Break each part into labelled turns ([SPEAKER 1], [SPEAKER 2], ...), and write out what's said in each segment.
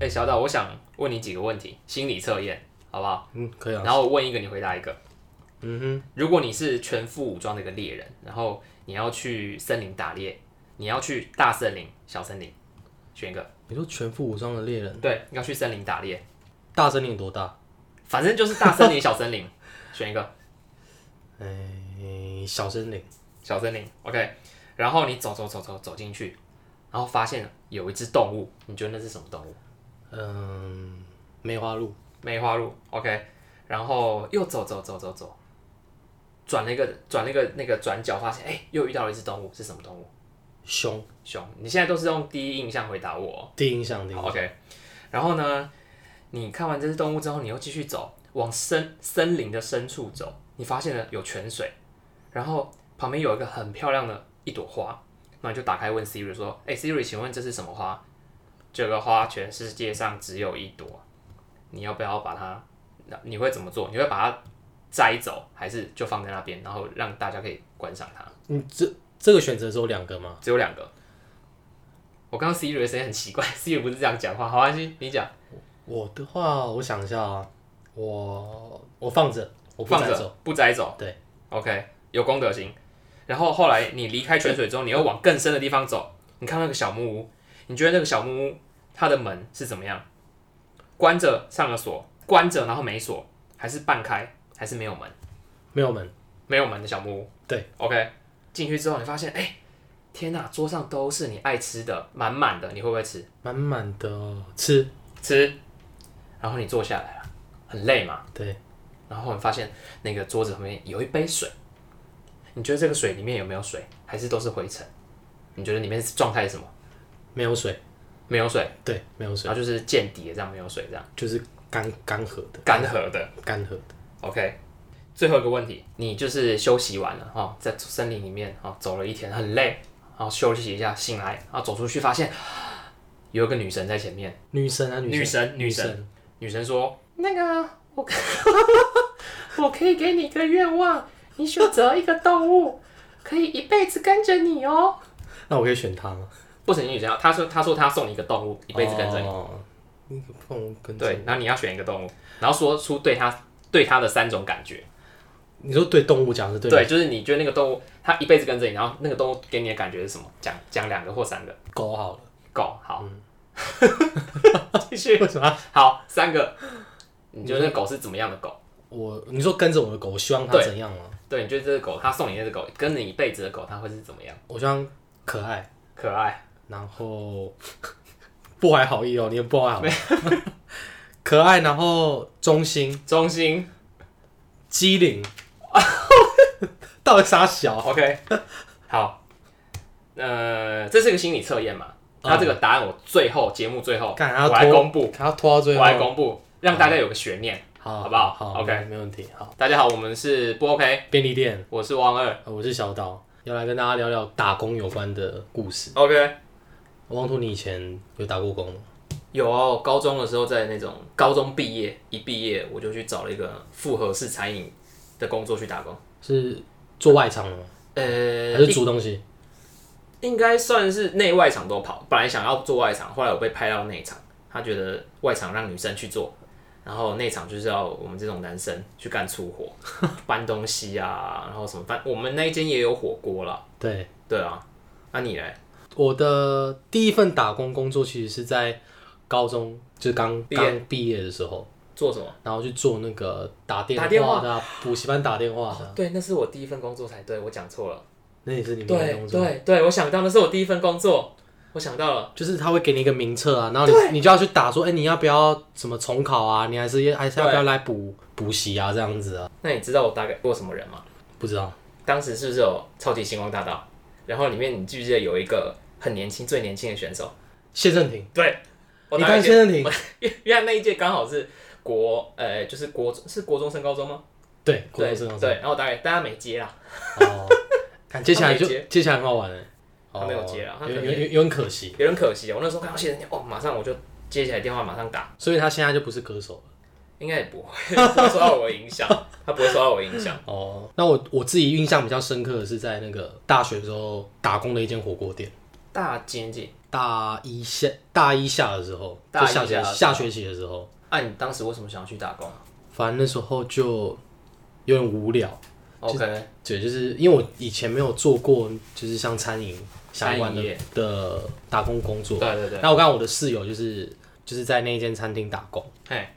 [SPEAKER 1] 哎，小岛，我想问你几个问题，心理测验，好不好？
[SPEAKER 2] 嗯，可以啊。
[SPEAKER 1] 然后我问一个，你回答一个。
[SPEAKER 2] 嗯
[SPEAKER 1] 如果你是全副武装的一个猎人，然后你要去森林打猎，你要去大森林、小森林，选一个
[SPEAKER 2] 哼。，你说全副武装的猎人，
[SPEAKER 1] 对，要去森林打猎，
[SPEAKER 2] 大森林有多大？
[SPEAKER 1] 反正就是大森林、小森林，选一个
[SPEAKER 2] 哎、小森林。
[SPEAKER 1] 小森林。OK，然后你走走走走走进去，然后发现有一只动物，你觉得那是什么动物？
[SPEAKER 2] 嗯，梅花鹿。
[SPEAKER 1] 梅花鹿，OK，然后又走走走走走，转了一个转了一个那个转角，发现哎、又遇到了一只动物，是什么动物？
[SPEAKER 2] 熊。
[SPEAKER 1] 熊。你现在都是用第一印象回答我哦、
[SPEAKER 2] 第一印象，第一印
[SPEAKER 1] 好
[SPEAKER 2] 象。
[SPEAKER 1] ，OK。然后呢，你看完这只动物之后，你又继续走，往深森林的深处走，你发现了有泉水，然后旁边有一个很漂亮的一朵花，那你就打开问 Siri 说：“哎、s i r i 请问这是什么花？”这个花全世界上只有一朵，你要不要把它？那你会怎么做？你会把它摘走，还是就放在那边，然后让大家可以观赏它？
[SPEAKER 2] 你这这个选择只有两个吗？
[SPEAKER 1] 只有两个。我刚刚 Siri 的声音很奇怪，Siri 不是这样讲话。好，安心，你讲。
[SPEAKER 2] 我的话，我想一下啊，我我放着，我不
[SPEAKER 1] 放
[SPEAKER 2] 摘走。
[SPEAKER 1] 着不摘走。
[SPEAKER 2] 对
[SPEAKER 1] ，OK，有公德心。然后后来你离开泉水之后，你又往更深的地方走，你看到那个小木屋，你觉得那个小木屋它的门是怎么样？关着上了锁，关着然后没锁，还是半开，还是没有门？
[SPEAKER 2] 没有门。
[SPEAKER 1] 没有门的小木屋。
[SPEAKER 2] 对
[SPEAKER 1] ，OK，进去之后你发现，哎、天哪，桌上都是你爱吃的，满满的，你会不会吃？
[SPEAKER 2] 满满的吃。
[SPEAKER 1] 吃。然后你坐下来了，很累嘛，
[SPEAKER 2] 对，
[SPEAKER 1] 然后你发现那个桌子旁边有一杯水，你觉得这个水里面有没有水，还是都是灰尘？你觉得里面是状态是什么？
[SPEAKER 2] 没有水。
[SPEAKER 1] 没有水，
[SPEAKER 2] 对，没有水，
[SPEAKER 1] 然后就是见底的这样，没有水这样，
[SPEAKER 2] 就是干干涸的，
[SPEAKER 1] 干涸的。
[SPEAKER 2] 干涸的。
[SPEAKER 1] OK，最后一个问题，你就是休息完了哦，在森林里面哦走了一天，很累，然后休息一下，醒来，然后走出去发现有一个女神在前面，
[SPEAKER 2] 女神啊，
[SPEAKER 1] 女
[SPEAKER 2] 女
[SPEAKER 1] 神，女
[SPEAKER 2] 女
[SPEAKER 1] 神。
[SPEAKER 2] 神，
[SPEAKER 1] 女神说：“那个，啊我 我可以给你一个愿望，你选择一个动物，可以一辈子跟着你哦。
[SPEAKER 2] 那我可以选她吗？”
[SPEAKER 1] 不行，女神要，她说她说她送你一个动物，一辈子跟着你。
[SPEAKER 2] 哦你可不能跟着
[SPEAKER 1] 对，然后你要选一个动物，然后说出对她对她的三种感觉。
[SPEAKER 2] 你说对动物讲是对，
[SPEAKER 1] 对，就是你觉得那个动物它一辈子跟着你，然后那个动物给你的感觉是什么？讲讲两个或三个。
[SPEAKER 2] 狗好了，
[SPEAKER 1] 狗好， 继续
[SPEAKER 2] 为什么？
[SPEAKER 1] 好三个。你觉得那狗是怎么样的狗？
[SPEAKER 2] 我你说跟着我的狗，我希望它
[SPEAKER 1] 对
[SPEAKER 2] 怎样吗？
[SPEAKER 1] 对，你觉得这个狗，它送你那只狗，跟着你一辈子的狗，它会是怎么样？
[SPEAKER 2] 我希望可爱，
[SPEAKER 1] 可爱，
[SPEAKER 2] 然后 不怀好意哦，你也不怀好意， 可爱，然后忠心、
[SPEAKER 1] 中心
[SPEAKER 2] 机灵， 到底啥小？
[SPEAKER 1] 哦，OK，好，呃，这是个心理测验嘛？那这个答案我最后节目最后
[SPEAKER 2] 干还要
[SPEAKER 1] 我来
[SPEAKER 2] 拖
[SPEAKER 1] 公布，
[SPEAKER 2] 它拖到
[SPEAKER 1] 我
[SPEAKER 2] 最后，
[SPEAKER 1] 来公布，让大家有个悬念。
[SPEAKER 2] 好
[SPEAKER 1] 好不好
[SPEAKER 2] 好
[SPEAKER 1] OK
[SPEAKER 2] 没问题。好，
[SPEAKER 1] 大家好，我们是不 OK，
[SPEAKER 2] 便利店，
[SPEAKER 1] 我是汪二
[SPEAKER 2] 呃我是小岛，要来跟大家聊聊打工有关的故事。
[SPEAKER 1] ，OK，
[SPEAKER 2] 汪兔，你以前有打过工吗？
[SPEAKER 1] 有哦高中的时候在那种高中毕业一毕业我就去找了一个复合式餐饮的工作去打工，
[SPEAKER 2] 是做外场的吗？还
[SPEAKER 1] 呃
[SPEAKER 2] 是，煮东西？
[SPEAKER 1] 应该算是内外场都跑，本来想要做外场，后来我被派到内场，他觉得外场让女生去做，然后内场就是要我们这种男生去干粗活， 搬东西啊，然后什么搬，我们那一间也有火锅啦，
[SPEAKER 2] 对，
[SPEAKER 1] 对啊，那你嘞？
[SPEAKER 2] 我的第一份打工工作其实是在高中，就是刚
[SPEAKER 1] 毕业
[SPEAKER 2] 刚毕业的时候，
[SPEAKER 1] 做什么？
[SPEAKER 2] 然后去做那个打电
[SPEAKER 1] 打电话
[SPEAKER 2] 话的啊补习班打电话的啊。
[SPEAKER 1] 对，那是我第一份工作才对，我讲错了。
[SPEAKER 2] 那也是你们的
[SPEAKER 1] 对
[SPEAKER 2] 工作，
[SPEAKER 1] 对对，我想到那是我第一份工作，我想到了，
[SPEAKER 2] 就是他会给你一个名册啊，然后你你就要去打说，哎，你要不要什么重考啊？你还是还是要不要来补补习啊？这样子啊？
[SPEAKER 1] 那你知道我打给过什么人吗？
[SPEAKER 2] 不知道，
[SPEAKER 1] 当时是不是有超级星光大道？然后里面你记不记得有一个很年轻、最年轻的选手？
[SPEAKER 2] 谢振廷，
[SPEAKER 1] 对，我
[SPEAKER 2] 你
[SPEAKER 1] 打
[SPEAKER 2] 看
[SPEAKER 1] 给
[SPEAKER 2] 谢振廷，
[SPEAKER 1] 因为那一届刚好是国，呃，就是国是国中升高中吗？
[SPEAKER 2] 对，郭
[SPEAKER 1] 对
[SPEAKER 2] 德纲
[SPEAKER 1] 对，然后大概大家没接啦，
[SPEAKER 2] 哦，看接下来就
[SPEAKER 1] 他没接
[SPEAKER 2] 接下来很好玩哎，哦
[SPEAKER 1] 他没有接啊他可
[SPEAKER 2] 有
[SPEAKER 1] 能
[SPEAKER 2] 有有有点可惜，
[SPEAKER 1] 有点可惜啊。我那时候看到谢人家，哦，马上我就接起来电话，马上打，
[SPEAKER 2] 所以他现在就不是歌手了。
[SPEAKER 1] 应该也不会 不会受到我的影响，他不会受到我的影响。
[SPEAKER 2] 哦，那我我自己印象比较深刻的是在那个大学的时候打工的一间火锅店，
[SPEAKER 1] 大几年级？
[SPEAKER 2] 大一下大一下的时候，
[SPEAKER 1] 大一
[SPEAKER 2] 就
[SPEAKER 1] 下
[SPEAKER 2] 下
[SPEAKER 1] 的时
[SPEAKER 2] 学
[SPEAKER 1] 候
[SPEAKER 2] 下学期的时候，
[SPEAKER 1] 啊，你当时为什么想要去打工
[SPEAKER 2] 反正那时候就有点无聊，
[SPEAKER 1] ？OK，
[SPEAKER 2] 对，就是因为我以前没有做过，就是像餐饮相关
[SPEAKER 1] 餐饮
[SPEAKER 2] 的
[SPEAKER 1] 业
[SPEAKER 2] 的打工工作
[SPEAKER 1] 对。对对，
[SPEAKER 2] 那我刚好我的室友就是就是在那一间餐厅打工，
[SPEAKER 1] 哎，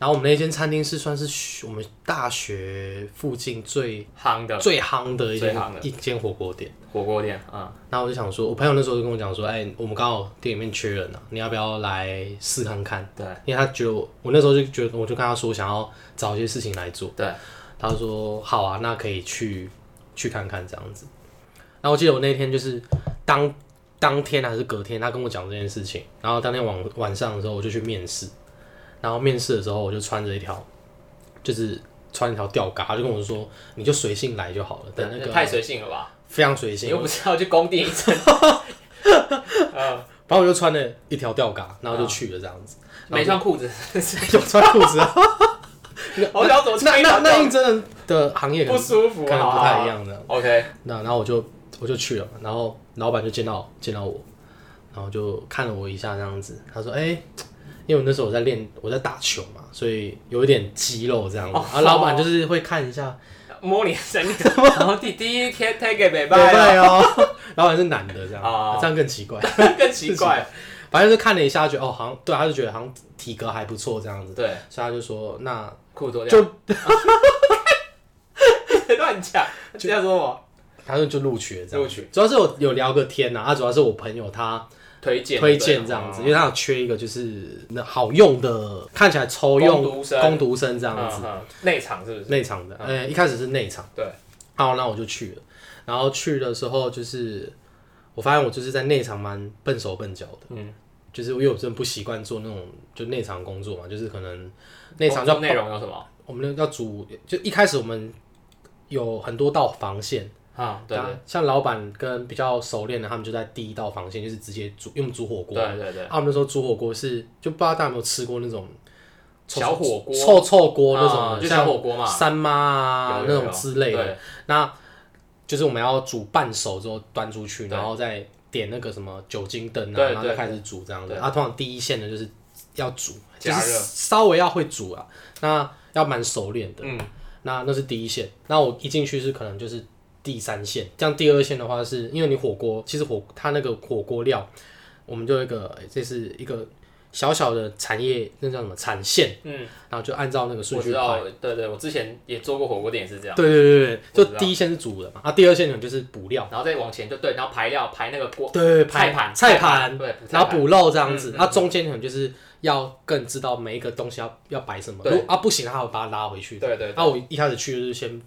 [SPEAKER 2] 然后我们那间餐厅是算是我们大学附近最
[SPEAKER 1] 夯的
[SPEAKER 2] 最夯的一
[SPEAKER 1] 最夯
[SPEAKER 2] 间
[SPEAKER 1] 的
[SPEAKER 2] 一间火锅店。
[SPEAKER 1] 火锅店啊，
[SPEAKER 2] 然后我就想说，我朋友那时候就跟我讲说，哎、我们刚好店里面缺人啊，你要不要来试看看？
[SPEAKER 1] 对
[SPEAKER 2] 因为他觉得我，我那时候就觉得，我就跟他说想要找一些事情来做，
[SPEAKER 1] 对，
[SPEAKER 2] 他就说好啊，那可以去去看看这样子。然后我记得我那天就是当当天还是隔天，他跟我讲这件事情，然后当天晚晚上的时候我就去面试，然后面试的时候我就穿着一条，就是穿一条吊嘎，他就跟我说你就随性来就好了，等那个
[SPEAKER 1] 太随性了吧？
[SPEAKER 2] 非常随性
[SPEAKER 1] 你，又不是要去工地一 整，呃，
[SPEAKER 2] 然后我就穿了一条吊嘎，然后就去了这样子，
[SPEAKER 1] 没穿裤子，
[SPEAKER 2] 有穿裤子啊，
[SPEAKER 1] 我想怎么
[SPEAKER 2] 那
[SPEAKER 1] 穿一
[SPEAKER 2] 那
[SPEAKER 1] 条
[SPEAKER 2] 那应征的行业可
[SPEAKER 1] 不啊
[SPEAKER 2] 能
[SPEAKER 1] 舒服，
[SPEAKER 2] 可能不太一样的。
[SPEAKER 1] 好。好 OK，
[SPEAKER 2] 那然后我就我就去了，然后老板就见到见到我，然后就看了我一下这样子，他说：“哎、因为我那时候我在练我在打球嘛，所以有一点肌肉这样子。
[SPEAKER 1] 哦
[SPEAKER 2] 然后老板就是会看一下，
[SPEAKER 1] 摸你的身 体，然后第第一天 take 给北拜了，
[SPEAKER 2] 对哦， 老板是男的这样，
[SPEAKER 1] 哦
[SPEAKER 2] 这样更奇怪。
[SPEAKER 1] 更奇怪。
[SPEAKER 2] 反正就看了一下，觉得哦，好像对，他就觉得好像体格还不错这样子，
[SPEAKER 1] 对，
[SPEAKER 2] 所以他就说那
[SPEAKER 1] 裤脱掉
[SPEAKER 2] 就
[SPEAKER 1] 乱讲，这样说我
[SPEAKER 2] 他就就录取了这样
[SPEAKER 1] 录取
[SPEAKER 2] 子。主要是我有聊个天呐、啊，主要是我朋友他。
[SPEAKER 1] 推荐哦
[SPEAKER 2] 推荐这样子，因为它有缺一个就是那好用的，看起来抽用
[SPEAKER 1] 工读生
[SPEAKER 2] 工读生这
[SPEAKER 1] 这
[SPEAKER 2] 样子，
[SPEAKER 1] 嗯内场是不是？
[SPEAKER 2] 内场的，呃，一开始是内场，
[SPEAKER 1] 对，
[SPEAKER 2] 好，那我就去了，然后去的时候就是我发现我就是在内场蛮笨手笨脚的，
[SPEAKER 1] 嗯，
[SPEAKER 2] 就是因为我真的不习惯做那种就内场工作嘛，就是可能内场
[SPEAKER 1] 哦工
[SPEAKER 2] 要
[SPEAKER 1] 作内容有什么？
[SPEAKER 2] 我们要煮，就一开始我们有很多道防线。
[SPEAKER 1] 啊，对
[SPEAKER 2] 那像老板跟比较熟练的，他们就在第一道防线，就是直接煮，因为我们煮火锅，
[SPEAKER 1] 对对对，
[SPEAKER 2] 啊，我们那时候煮火锅是就不知道大家有没有吃过那种臭
[SPEAKER 1] 小火锅
[SPEAKER 2] 臭臭锅那种
[SPEAKER 1] 啊
[SPEAKER 2] 的，
[SPEAKER 1] 就小
[SPEAKER 2] 像
[SPEAKER 1] 火锅嘛，
[SPEAKER 2] 三妈啊
[SPEAKER 1] 有
[SPEAKER 2] 那
[SPEAKER 1] 有
[SPEAKER 2] 种
[SPEAKER 1] 有
[SPEAKER 2] 之类的。
[SPEAKER 1] 对
[SPEAKER 2] 那就是我们要煮半熟之后端出去，
[SPEAKER 1] 对
[SPEAKER 2] 然后再点那个什么酒精灯啊，
[SPEAKER 1] 对
[SPEAKER 2] 然后
[SPEAKER 1] 对
[SPEAKER 2] 再开始煮这样子。
[SPEAKER 1] 对
[SPEAKER 2] 啊，通常第一线的就是要煮，就
[SPEAKER 1] 加
[SPEAKER 2] 是
[SPEAKER 1] 热
[SPEAKER 2] 稍微要会煮啊，那要蛮熟练的。
[SPEAKER 1] 嗯，
[SPEAKER 2] 那那是第一线。那我一进去是可能就是第三线，这样第二线的话是，因为你火锅其实火它那个火锅料，我们就有一个这是一个小小的产业，那叫什么产线，
[SPEAKER 1] 嗯，
[SPEAKER 2] 然后就按照那个顺
[SPEAKER 1] 我
[SPEAKER 2] 序
[SPEAKER 1] 知
[SPEAKER 2] 排。
[SPEAKER 1] 道，对对，我之前也做过火锅店也是这样，
[SPEAKER 2] 对对对对，
[SPEAKER 1] 我
[SPEAKER 2] 就
[SPEAKER 1] 知道
[SPEAKER 2] 第一线是煮的嘛，啊，第二线可能就是补料，
[SPEAKER 1] 然后再往前就对，然后排料排那个锅
[SPEAKER 2] 对对对，
[SPEAKER 1] 菜
[SPEAKER 2] 排
[SPEAKER 1] 盘
[SPEAKER 2] 菜盘，
[SPEAKER 1] 对，
[SPEAKER 2] 然后
[SPEAKER 1] 菜盘
[SPEAKER 2] 补肉这样
[SPEAKER 1] 嗯，
[SPEAKER 2] 子
[SPEAKER 1] 嗯
[SPEAKER 2] 那中间可能就是要更知道每一个东西要要摆什么，
[SPEAKER 1] 对
[SPEAKER 2] 如果啊不行，他会把它拉回去。
[SPEAKER 1] 对对对
[SPEAKER 2] 那我一开始去就是先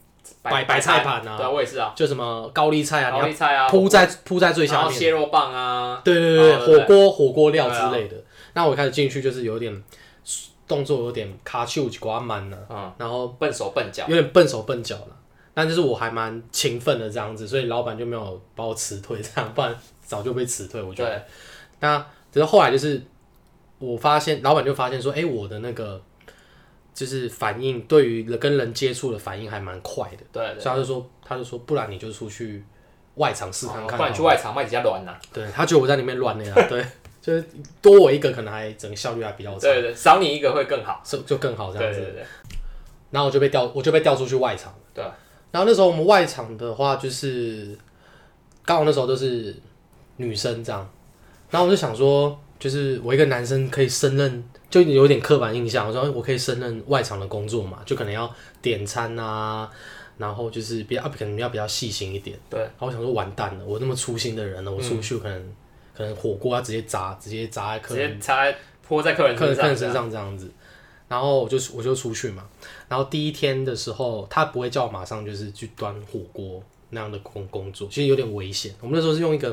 [SPEAKER 2] 摆摆菜盘啊
[SPEAKER 1] 对我也是啊，
[SPEAKER 2] 就什么高丽菜啊，你
[SPEAKER 1] 高
[SPEAKER 2] 要
[SPEAKER 1] 丽菜啊，
[SPEAKER 2] 铺在铺在最
[SPEAKER 1] 然
[SPEAKER 2] 下
[SPEAKER 1] 后
[SPEAKER 2] 面，
[SPEAKER 1] 蟹肉棒啊，
[SPEAKER 2] 对对对，
[SPEAKER 1] 哦对啊
[SPEAKER 2] 火锅火锅料之类的。那我一开始进去就是有点动作有点卡丘寡满了，
[SPEAKER 1] 嗯，
[SPEAKER 2] 然后
[SPEAKER 1] 笨手笨脚，
[SPEAKER 2] 有点笨手笨脚了。但就是我还蛮勤奋的这样子，所以老板就没有把我辞退，这样不然早就被辞退。我觉得。那只是后来就是我发现，老板就发现说，哎、我的那个就是反应，对于人跟人接触的反应还蛮快的，
[SPEAKER 1] 对
[SPEAKER 2] 所
[SPEAKER 1] 对
[SPEAKER 2] 以，他就说，他就说，不然你就出去外场试看
[SPEAKER 1] 哦
[SPEAKER 2] 看
[SPEAKER 1] 不
[SPEAKER 2] 好了，
[SPEAKER 1] 然去外场卖几家啊卵呐，
[SPEAKER 2] 对他觉得我在里面乱那样，对， 就是多我一个可能还整个效率还比较差，
[SPEAKER 1] 对对，少你一个会更好，
[SPEAKER 2] 就就更好这
[SPEAKER 1] 哦对
[SPEAKER 2] 样
[SPEAKER 1] 对
[SPEAKER 2] 子。
[SPEAKER 1] 对
[SPEAKER 2] 然后我就被调，我就被调出去外场。
[SPEAKER 1] 对，啊
[SPEAKER 2] 然后那时候我们外场的话，就是刚好那时候都是女生这样，然后我就想说，就是我一个男生可以胜任，就有点刻板印象，我说哎我可以胜任外场的工作嘛，就可能要点餐啊，然后就是比较啊可能要比较细心一点。
[SPEAKER 1] 对嗯
[SPEAKER 2] 然后我想说完蛋了，我那么粗心的人了，我出去可能、可能火锅要直接砸，直接砸在
[SPEAKER 1] 对，直
[SPEAKER 2] 客人
[SPEAKER 1] 接插在泼在客人
[SPEAKER 2] 客人
[SPEAKER 1] 身
[SPEAKER 2] 客人
[SPEAKER 1] 上，
[SPEAKER 2] 身上这样子。然后我就我就出去嘛，然后第一天的时候，他不会叫我马上就是去端火锅那样的工工作，其实有点危险。我们那时候是用一个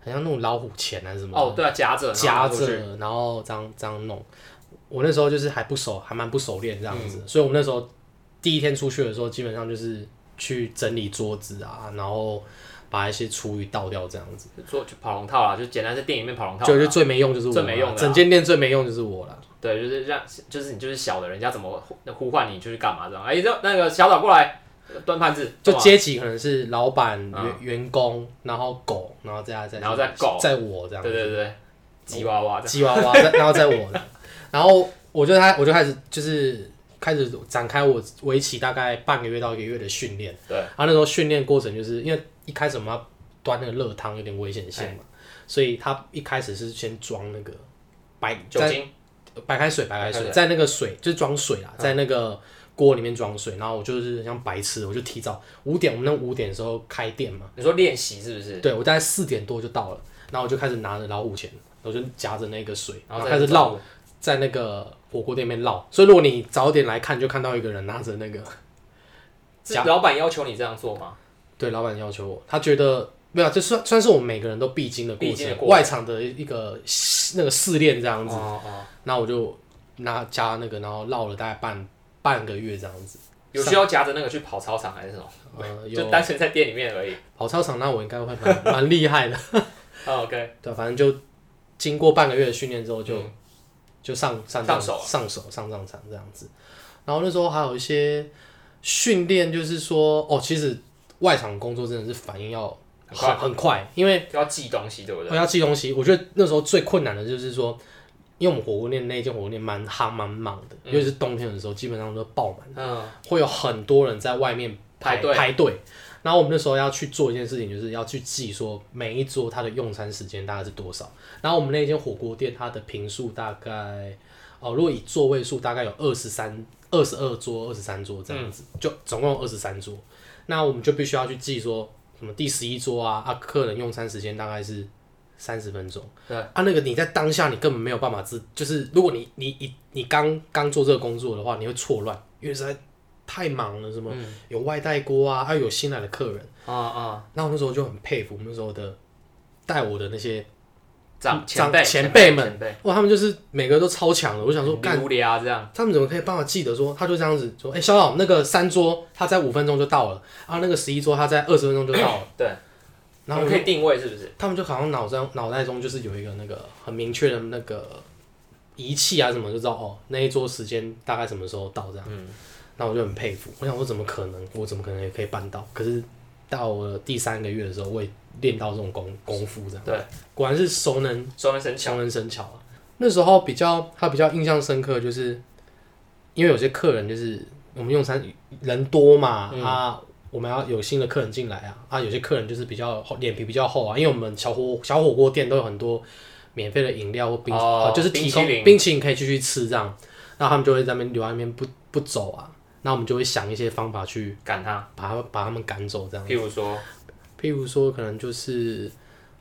[SPEAKER 2] 很像那种老虎钳还是什么
[SPEAKER 1] 哦，对啊，夹着
[SPEAKER 2] 夹，
[SPEAKER 1] 然后拿出去
[SPEAKER 2] 着，然后这样这样弄。我那时候就是还不熟，还蛮不熟练这样子，
[SPEAKER 1] 嗯
[SPEAKER 2] 所以我们那时候第一天出去的时候，基本上就是去整理桌子啊，然后把一些厨余倒掉这样子。
[SPEAKER 1] 就做就跑龙套啊啦，就简单是电影里面跑龙套啦，啊
[SPEAKER 2] 就就最没用就是我啦，
[SPEAKER 1] 最没用的啊
[SPEAKER 2] 整间店最没用就是我了。
[SPEAKER 1] 对，就是让就是你就是小的，人家怎么呼呼唤你就去干嘛这样？哎，这那个小岛过来，端盘子，
[SPEAKER 2] 就
[SPEAKER 1] 干嘛
[SPEAKER 2] 阶级可能是老板、员、
[SPEAKER 1] 嗯
[SPEAKER 2] 员工，然后狗，然后再再
[SPEAKER 1] 然后再狗
[SPEAKER 2] 再我这样
[SPEAKER 1] 对
[SPEAKER 2] 子，
[SPEAKER 1] 对对，吉娃娃的，
[SPEAKER 2] 吉娃娃， 再然后再我的，然后我就开我就开始就是开始展开我围棋大概半个月到一个月的训练，
[SPEAKER 1] 对
[SPEAKER 2] 然后那时候训练过程就是因为一开始我们要端那个热汤有点危险性嘛，所以他一开始是先装那个白
[SPEAKER 1] 酒
[SPEAKER 2] 在
[SPEAKER 1] 精，
[SPEAKER 2] 白开水，白开
[SPEAKER 1] 白开
[SPEAKER 2] 水，
[SPEAKER 1] 水嗯
[SPEAKER 2] 在那个水就是装水啦，在那个锅里面装水，然后我就是像白痴，我就提早五点，我们那五点的时候开店嘛，
[SPEAKER 1] 你说练习是不是？
[SPEAKER 2] 对我大概四点多就到了，然后我就开始拿着老虎钳，我就夹着那个水，
[SPEAKER 1] 然
[SPEAKER 2] 然后
[SPEAKER 1] 后
[SPEAKER 2] 开始绕，在那个火锅店里面绕，所以如果你早点来看，就看到一个人拿着那个，
[SPEAKER 1] 是老板要求你这样做吗？
[SPEAKER 2] 对，老板要求我，他觉得没有，这算算是我们每个人都必经的过
[SPEAKER 1] 必经的
[SPEAKER 2] 程，
[SPEAKER 1] 过程
[SPEAKER 2] 外场的一个那个试炼这样子。
[SPEAKER 1] 哦哦，
[SPEAKER 2] 那我就拿加那个，然后绕了大概半半个月这样子。
[SPEAKER 1] 有需要夹着那个去跑操场还是什么？
[SPEAKER 2] 呃，
[SPEAKER 1] 就
[SPEAKER 2] 有
[SPEAKER 1] 单纯在店里面 而已。
[SPEAKER 2] 跑操场，那我应该会蛮蛮厉害的。
[SPEAKER 1] 哦 OK，
[SPEAKER 2] 对，反正就经过半个月的训练之后就，就、
[SPEAKER 1] 嗯
[SPEAKER 2] 上上
[SPEAKER 1] 上
[SPEAKER 2] 手
[SPEAKER 1] 手
[SPEAKER 2] 上手上上场这样子。然后那时候还有一些训练，就是说哦，其实外场工作真的是反应要
[SPEAKER 1] 很快
[SPEAKER 2] 很快，因为
[SPEAKER 1] 要记东西对不对？
[SPEAKER 2] 我要寄东西。我觉得那时候最困难的就是说，因为我们火锅店那一间火锅店蛮夯蛮忙的，
[SPEAKER 1] 嗯
[SPEAKER 2] 尤其是冬天的时候，基本上都爆满。
[SPEAKER 1] 嗯，
[SPEAKER 2] 会有很多人在外面排
[SPEAKER 1] 排队
[SPEAKER 2] 排队。然后我们那时候要去做一件事情，就是要去记说每一桌它的用餐时间大概是多少。然后我们那间火锅店它的平数大概，哦，如果以座位数大概有二十三、二十二桌、二十三桌这样子，
[SPEAKER 1] 嗯
[SPEAKER 2] 就总共二十三桌。那我们就必须要去记说什么第十一桌啊，啊，客人用餐时间大概是三十分钟。
[SPEAKER 1] 对
[SPEAKER 2] 啊，那个你在当下你根本没有办法知，就是如果你你你你刚刚做这个工作的话，你会错乱，因为实在太忙了，什么、有外带锅啊，还、有新来的客人。
[SPEAKER 1] 啊啊，
[SPEAKER 2] 那我那时候就很佩服我们那时候的带我的那些，
[SPEAKER 1] 长
[SPEAKER 2] 长
[SPEAKER 1] 前辈
[SPEAKER 2] 前辈
[SPEAKER 1] 辈
[SPEAKER 2] 们
[SPEAKER 1] 前辈，嗯
[SPEAKER 2] 哇，他们就是每个都超强的。我想说，干
[SPEAKER 1] 无聊啊这样，
[SPEAKER 2] 他们怎么可以帮我记得说，他就这样子说，哎、小老那个三桌他在五分钟就到了，啊，那个十一桌他在二十分钟就到了，
[SPEAKER 1] 哦对，
[SPEAKER 2] 然后
[SPEAKER 1] 我
[SPEAKER 2] 我
[SPEAKER 1] 们
[SPEAKER 2] 就
[SPEAKER 1] 可以定位是不是？
[SPEAKER 2] 他们就好像脑中脑袋中就是有一个那个很明确的那个仪器啊什么，就知道哦那一桌时间大概什么时候到这样。
[SPEAKER 1] 嗯
[SPEAKER 2] 那我就很佩服，我想说怎么可能，我怎么可能也可以办到？可是到了第三个月的时候，我也练到这种功功夫这样。
[SPEAKER 1] 对，
[SPEAKER 2] 果然是熟能
[SPEAKER 1] 双人神巧，
[SPEAKER 2] 熟能生巧啊。那时候比较他比较印象深刻，就是因为有些客人就是我们用餐人多嘛、
[SPEAKER 1] 嗯
[SPEAKER 2] 啊，我们要有新的客人进来啊啊，有些客人就是比较厚脸皮比较厚啊，因为我们小火小火锅店都有很多免费的饮料或冰、
[SPEAKER 1] 哦
[SPEAKER 2] 啊就是提供
[SPEAKER 1] 冰淇淋
[SPEAKER 2] 冰淇淋可以继续吃这样，那他们就会在那边留在那边不不走啊，那我们就会想一些方法去
[SPEAKER 1] 赶他，
[SPEAKER 2] 把他把他们赶走这样。
[SPEAKER 1] 譬如说，
[SPEAKER 2] 譬如说，可能就是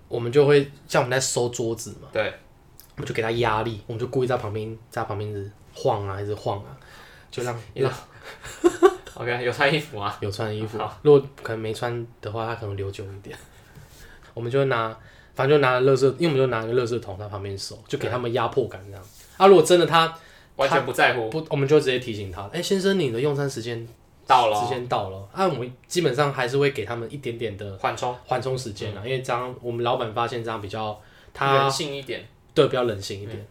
[SPEAKER 2] 我们就会像我们在收桌子嘛，
[SPEAKER 1] 对，
[SPEAKER 2] 我们就给他压力，我们就故意在旁边在他旁边一直晃啊，一直晃啊，就让 让
[SPEAKER 1] OK，有穿衣服吗？
[SPEAKER 2] 有穿衣服，如果可能没穿的话，他可能留久一点。我们就拿，反正就拿乐色，因为我们就拿个乐色桶在旁边收，就给他们压迫感这样。啊，如果真的他
[SPEAKER 1] 完全不在乎，
[SPEAKER 2] 不，我们就直接提醒他，哎、先生，你的用餐时间
[SPEAKER 1] 到了
[SPEAKER 2] 时
[SPEAKER 1] 哦
[SPEAKER 2] 间到了。啊，我们基本上还是会给他们一点点的
[SPEAKER 1] 缓冲，
[SPEAKER 2] 缓冲时间啊，
[SPEAKER 1] 嗯
[SPEAKER 2] 因为这样我们老板发现这样比较
[SPEAKER 1] 人
[SPEAKER 2] 他
[SPEAKER 1] 性一点。
[SPEAKER 2] 对比较冷性一
[SPEAKER 1] 嗯
[SPEAKER 2] 点。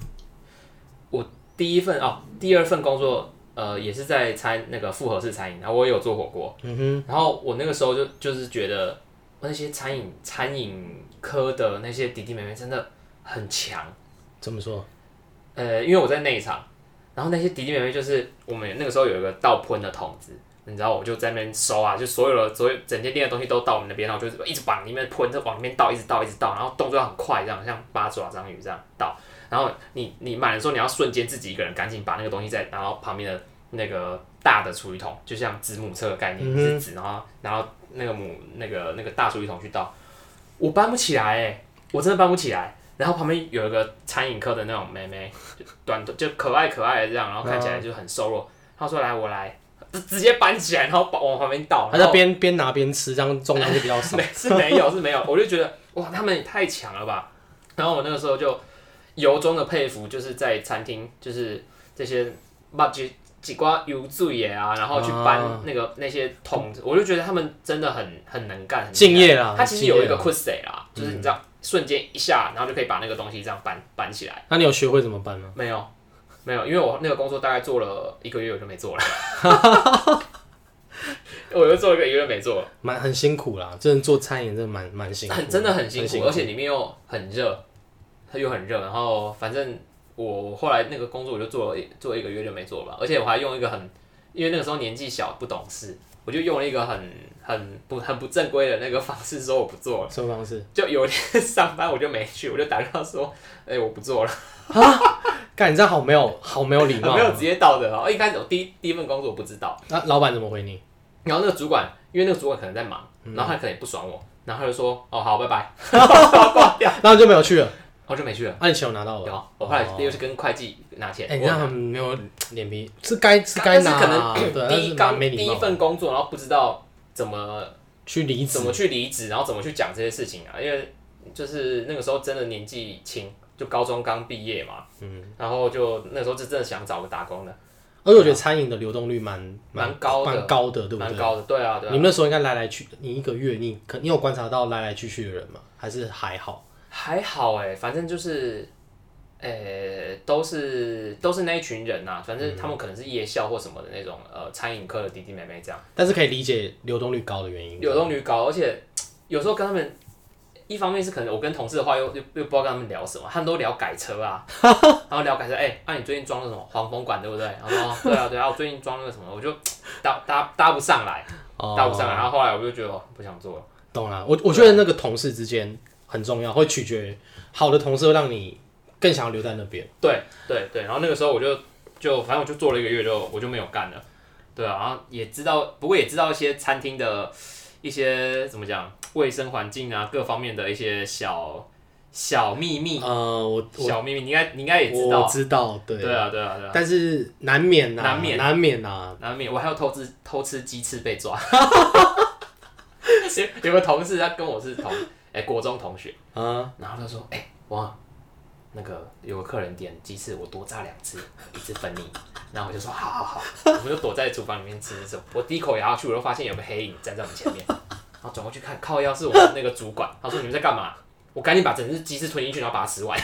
[SPEAKER 1] 第一份哦，第二份工作，呃，也是在餐那个复合式餐饮，然后我也有做火锅，
[SPEAKER 2] 嗯哼，
[SPEAKER 1] 然后我那个时候就就是觉得那些餐饮餐饮科的那些弟弟妹妹真的很强。
[SPEAKER 2] 怎么说？
[SPEAKER 1] 呃，因为我在内场，然后那些弟弟妹妹就是我们那个时候有一个倒喷的桶子，你知道，我就在那边收啊，就所有的所有整间店的东西都到我们那边，然后就是一直往里面喷，就往里面倒，一直倒，一直倒，然后动作要很快，这样像八爪章鱼这样倒。然后你你买的时候，你要瞬间自己一个人赶紧把那个东西再拿到旁边的那个大的厨余桶，就像子母车的概念，
[SPEAKER 2] 嗯
[SPEAKER 1] 一
[SPEAKER 2] 哼
[SPEAKER 1] 只子，然后然后那个母那个那个大厨余桶去倒，我搬不起来哎、我真的搬不起来。然后旁边有一个餐饮科的那种妹妹，就短就可爱可爱的这样，然后看起来
[SPEAKER 2] 嗯
[SPEAKER 1] 就很瘦弱。她说：“来，我来。”直直接搬起来，然后把往旁边倒，
[SPEAKER 2] 他
[SPEAKER 1] 然
[SPEAKER 2] 在
[SPEAKER 1] 后
[SPEAKER 2] 边边拿边吃，这样重量就比较少
[SPEAKER 1] 没。 是没有是没有，我就觉得哇，他们也太强了吧。然后我那个时候就由衷的佩服，就是在餐厅，就是这些把几几瓜油醉也啊，然后去搬
[SPEAKER 2] 啊
[SPEAKER 1] 那个、那些桶，我就觉得他们真的很很能干，很厉害
[SPEAKER 2] 敬业啊啦，
[SPEAKER 1] 他其实
[SPEAKER 2] 敬业
[SPEAKER 1] 有一个
[SPEAKER 2] 啦。
[SPEAKER 1] quiz day 啦，就是你知道瞬间一下，然后就可以把那个东西这样搬搬起来。
[SPEAKER 2] 那你有学会怎么办吗？
[SPEAKER 1] 没有，没有，因为我那个工作大概做了一个月，我就没做了。 我又做一个一个月没做，
[SPEAKER 2] 蛮很辛苦啦，真的做餐饮真的蛮蛮辛苦
[SPEAKER 1] 很，真的很辛苦，而且里面又很热，它又很热。然后反正我后来那个工作我就做了一做了一个月就没做了吧，而且我还用一个很，因为那个时候年纪小不懂事，我就用了一个很很不很不正规的那个方式说我不做了。
[SPEAKER 2] 什么方式？
[SPEAKER 1] 就有一天 上班我就没去，我就打电话说，哎、我不做了，
[SPEAKER 2] 干，你这样好没有好没有礼貌啊
[SPEAKER 1] 没。有职业道德哦。一开始我第一第一份工作我不知道，
[SPEAKER 2] 那老板怎么回你？
[SPEAKER 1] 然后那个主管，因为那个主管可能在忙，
[SPEAKER 2] 嗯
[SPEAKER 1] 然后他可能也不爽我，然后他就说，哦好，拜 拜，
[SPEAKER 2] 然后你就没有去了，啊
[SPEAKER 1] 我就没去了。
[SPEAKER 2] 那你钱有拿到吗？
[SPEAKER 1] 有，我后来
[SPEAKER 2] 哦
[SPEAKER 1] 又是跟会计拿钱。
[SPEAKER 2] 哎，你
[SPEAKER 1] 我
[SPEAKER 2] 这样很没有脸皮，是该是该拿
[SPEAKER 1] 但
[SPEAKER 2] 啊，
[SPEAKER 1] 是可
[SPEAKER 2] 对，
[SPEAKER 1] 能
[SPEAKER 2] 但
[SPEAKER 1] 第
[SPEAKER 2] 是
[SPEAKER 1] 一
[SPEAKER 2] 蛮
[SPEAKER 1] 刚
[SPEAKER 2] 没
[SPEAKER 1] 第
[SPEAKER 2] 礼
[SPEAKER 1] 一
[SPEAKER 2] 貌。
[SPEAKER 1] 份工作，然后不知道怎么
[SPEAKER 2] 去离职
[SPEAKER 1] 怎，么去离职，然后怎么去讲这些事情啊，因为就是那个时候真的年纪轻，就高中刚毕业嘛，嗯，然后就那时候就真的想找个打工
[SPEAKER 2] 哦
[SPEAKER 1] 的，
[SPEAKER 2] 而且我觉得餐饮的流动率蛮
[SPEAKER 1] 蛮高的
[SPEAKER 2] 蛮高的，对不
[SPEAKER 1] 蛮
[SPEAKER 2] 对？
[SPEAKER 1] 高的，对啊，对
[SPEAKER 2] 你
[SPEAKER 1] 啊，
[SPEAKER 2] 们那时候应该来来去，你一个月你可你有观察到来来去去的人吗？还是还好？
[SPEAKER 1] 还好哎、反正就是。呃，都是都是那一群人呐、反正他们可能是夜校或什么的那种，呃，餐饮科的弟弟妹妹这样。
[SPEAKER 2] 但是可以理解流动率高的原因。
[SPEAKER 1] 流动率高，而且有时候跟他们，一方面是可能我跟同事的话又又又不知道跟他们聊什么，他们都聊改车啊，然后聊改车，哎、啊你最近装了什么黄蜂管对不对？然后说 对啊对啊，我最近装了个什么，我就 搭搭搭不上来，
[SPEAKER 2] 哦
[SPEAKER 1] 搭不上来，然后后来我就觉得哦不想做了，
[SPEAKER 2] 懂了。我我觉得那个同事之间很重要，会取决好的同事会让你更想要留在那边。
[SPEAKER 1] 对对对，然后那个时候我就就反正我就做了一个月就我就没有干了，对啊，然后也知道，不过也知道一些餐厅的一些怎么讲卫生环境啊各方面的一些小小秘密。
[SPEAKER 2] 呃，我我
[SPEAKER 1] 小秘密，你应该你应嗯该也知道
[SPEAKER 2] 我
[SPEAKER 1] 啊，
[SPEAKER 2] 知道，对。
[SPEAKER 1] 对啊，对啊，对啊，
[SPEAKER 2] 但是难免呐，
[SPEAKER 1] 难免
[SPEAKER 2] 难免啊呐。
[SPEAKER 1] 难免我还有偷吃偷吃鸡翅被抓， 有有个同事他跟我是同哎、国中同学，
[SPEAKER 2] 啊，
[SPEAKER 1] 然后他说哎、哇，那个有个客人点鸡翅，我多炸两只，一只分你，然后我就说好好好，我们就躲在厨房里面吃吃吃，我第一口咬下去，我就发现有个黑影站在我们前面，然后转过去看靠腰是我们那个主管，他说你们在干嘛？我赶紧把整只鸡翅吞进去，然后把它吃完。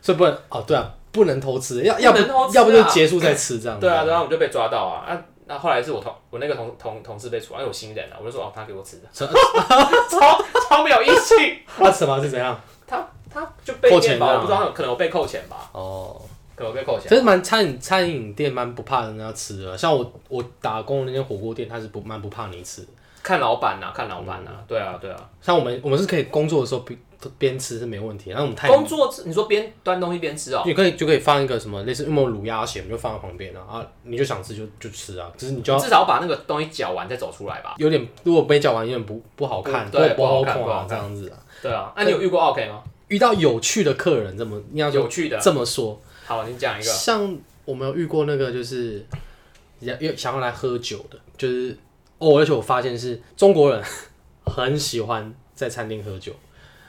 [SPEAKER 2] 所以不能哦，对啊，不能偷吃，要要不
[SPEAKER 1] 不能偷吃啊
[SPEAKER 2] 要不就结束再吃这样。
[SPEAKER 1] 对啊，然后我们就被抓到啊。啊，那后来是我同我那个同同同事被处罚，因为我新人啊，我就说哦，他给我吃的，
[SPEAKER 2] 这
[SPEAKER 1] 超超没有义气。
[SPEAKER 2] 啊什么是怎样？
[SPEAKER 1] 他他就被
[SPEAKER 2] 扣
[SPEAKER 1] 面
[SPEAKER 2] 钱啊
[SPEAKER 1] 包，
[SPEAKER 2] 这样
[SPEAKER 1] 我不知道他有可能有被扣钱吧，
[SPEAKER 2] 哦，
[SPEAKER 1] 可能有被扣钱
[SPEAKER 2] 其。实蛮餐饮餐饮店蛮不怕人家吃的，像我我打工的那间火锅店，它是不蛮不怕你吃的。
[SPEAKER 1] 看老板呐、看老板呐、对啊对啊。
[SPEAKER 2] 像我们我们是可以工作的时候边边吃是没问题，然后我们太
[SPEAKER 1] 工作你说边端东西边吃哦，
[SPEAKER 2] 你可以就可以放一个什么类似因为我们卤鸭血，我们就放在旁边啊，啊你就想吃就就吃啊，只是你就要
[SPEAKER 1] 至少把那个东西搅完再走出来吧。
[SPEAKER 2] 有点如果被讲完有点不不好看，
[SPEAKER 1] 嗯对
[SPEAKER 2] 不
[SPEAKER 1] 不好看
[SPEAKER 2] 看
[SPEAKER 1] 不好
[SPEAKER 2] 啊
[SPEAKER 1] 看
[SPEAKER 2] 这样子啊。
[SPEAKER 1] 对啊，那、你有遇过 OK 吗？
[SPEAKER 2] 遇到有趣的客人，这么应该
[SPEAKER 1] 有
[SPEAKER 2] 说
[SPEAKER 1] 趣的，
[SPEAKER 2] 这么说，
[SPEAKER 1] 好，你讲一个。
[SPEAKER 2] 像我们有遇过那个就是要要想要来喝酒的，就是哦，而且我发现是中国人 很喜欢在餐厅喝酒，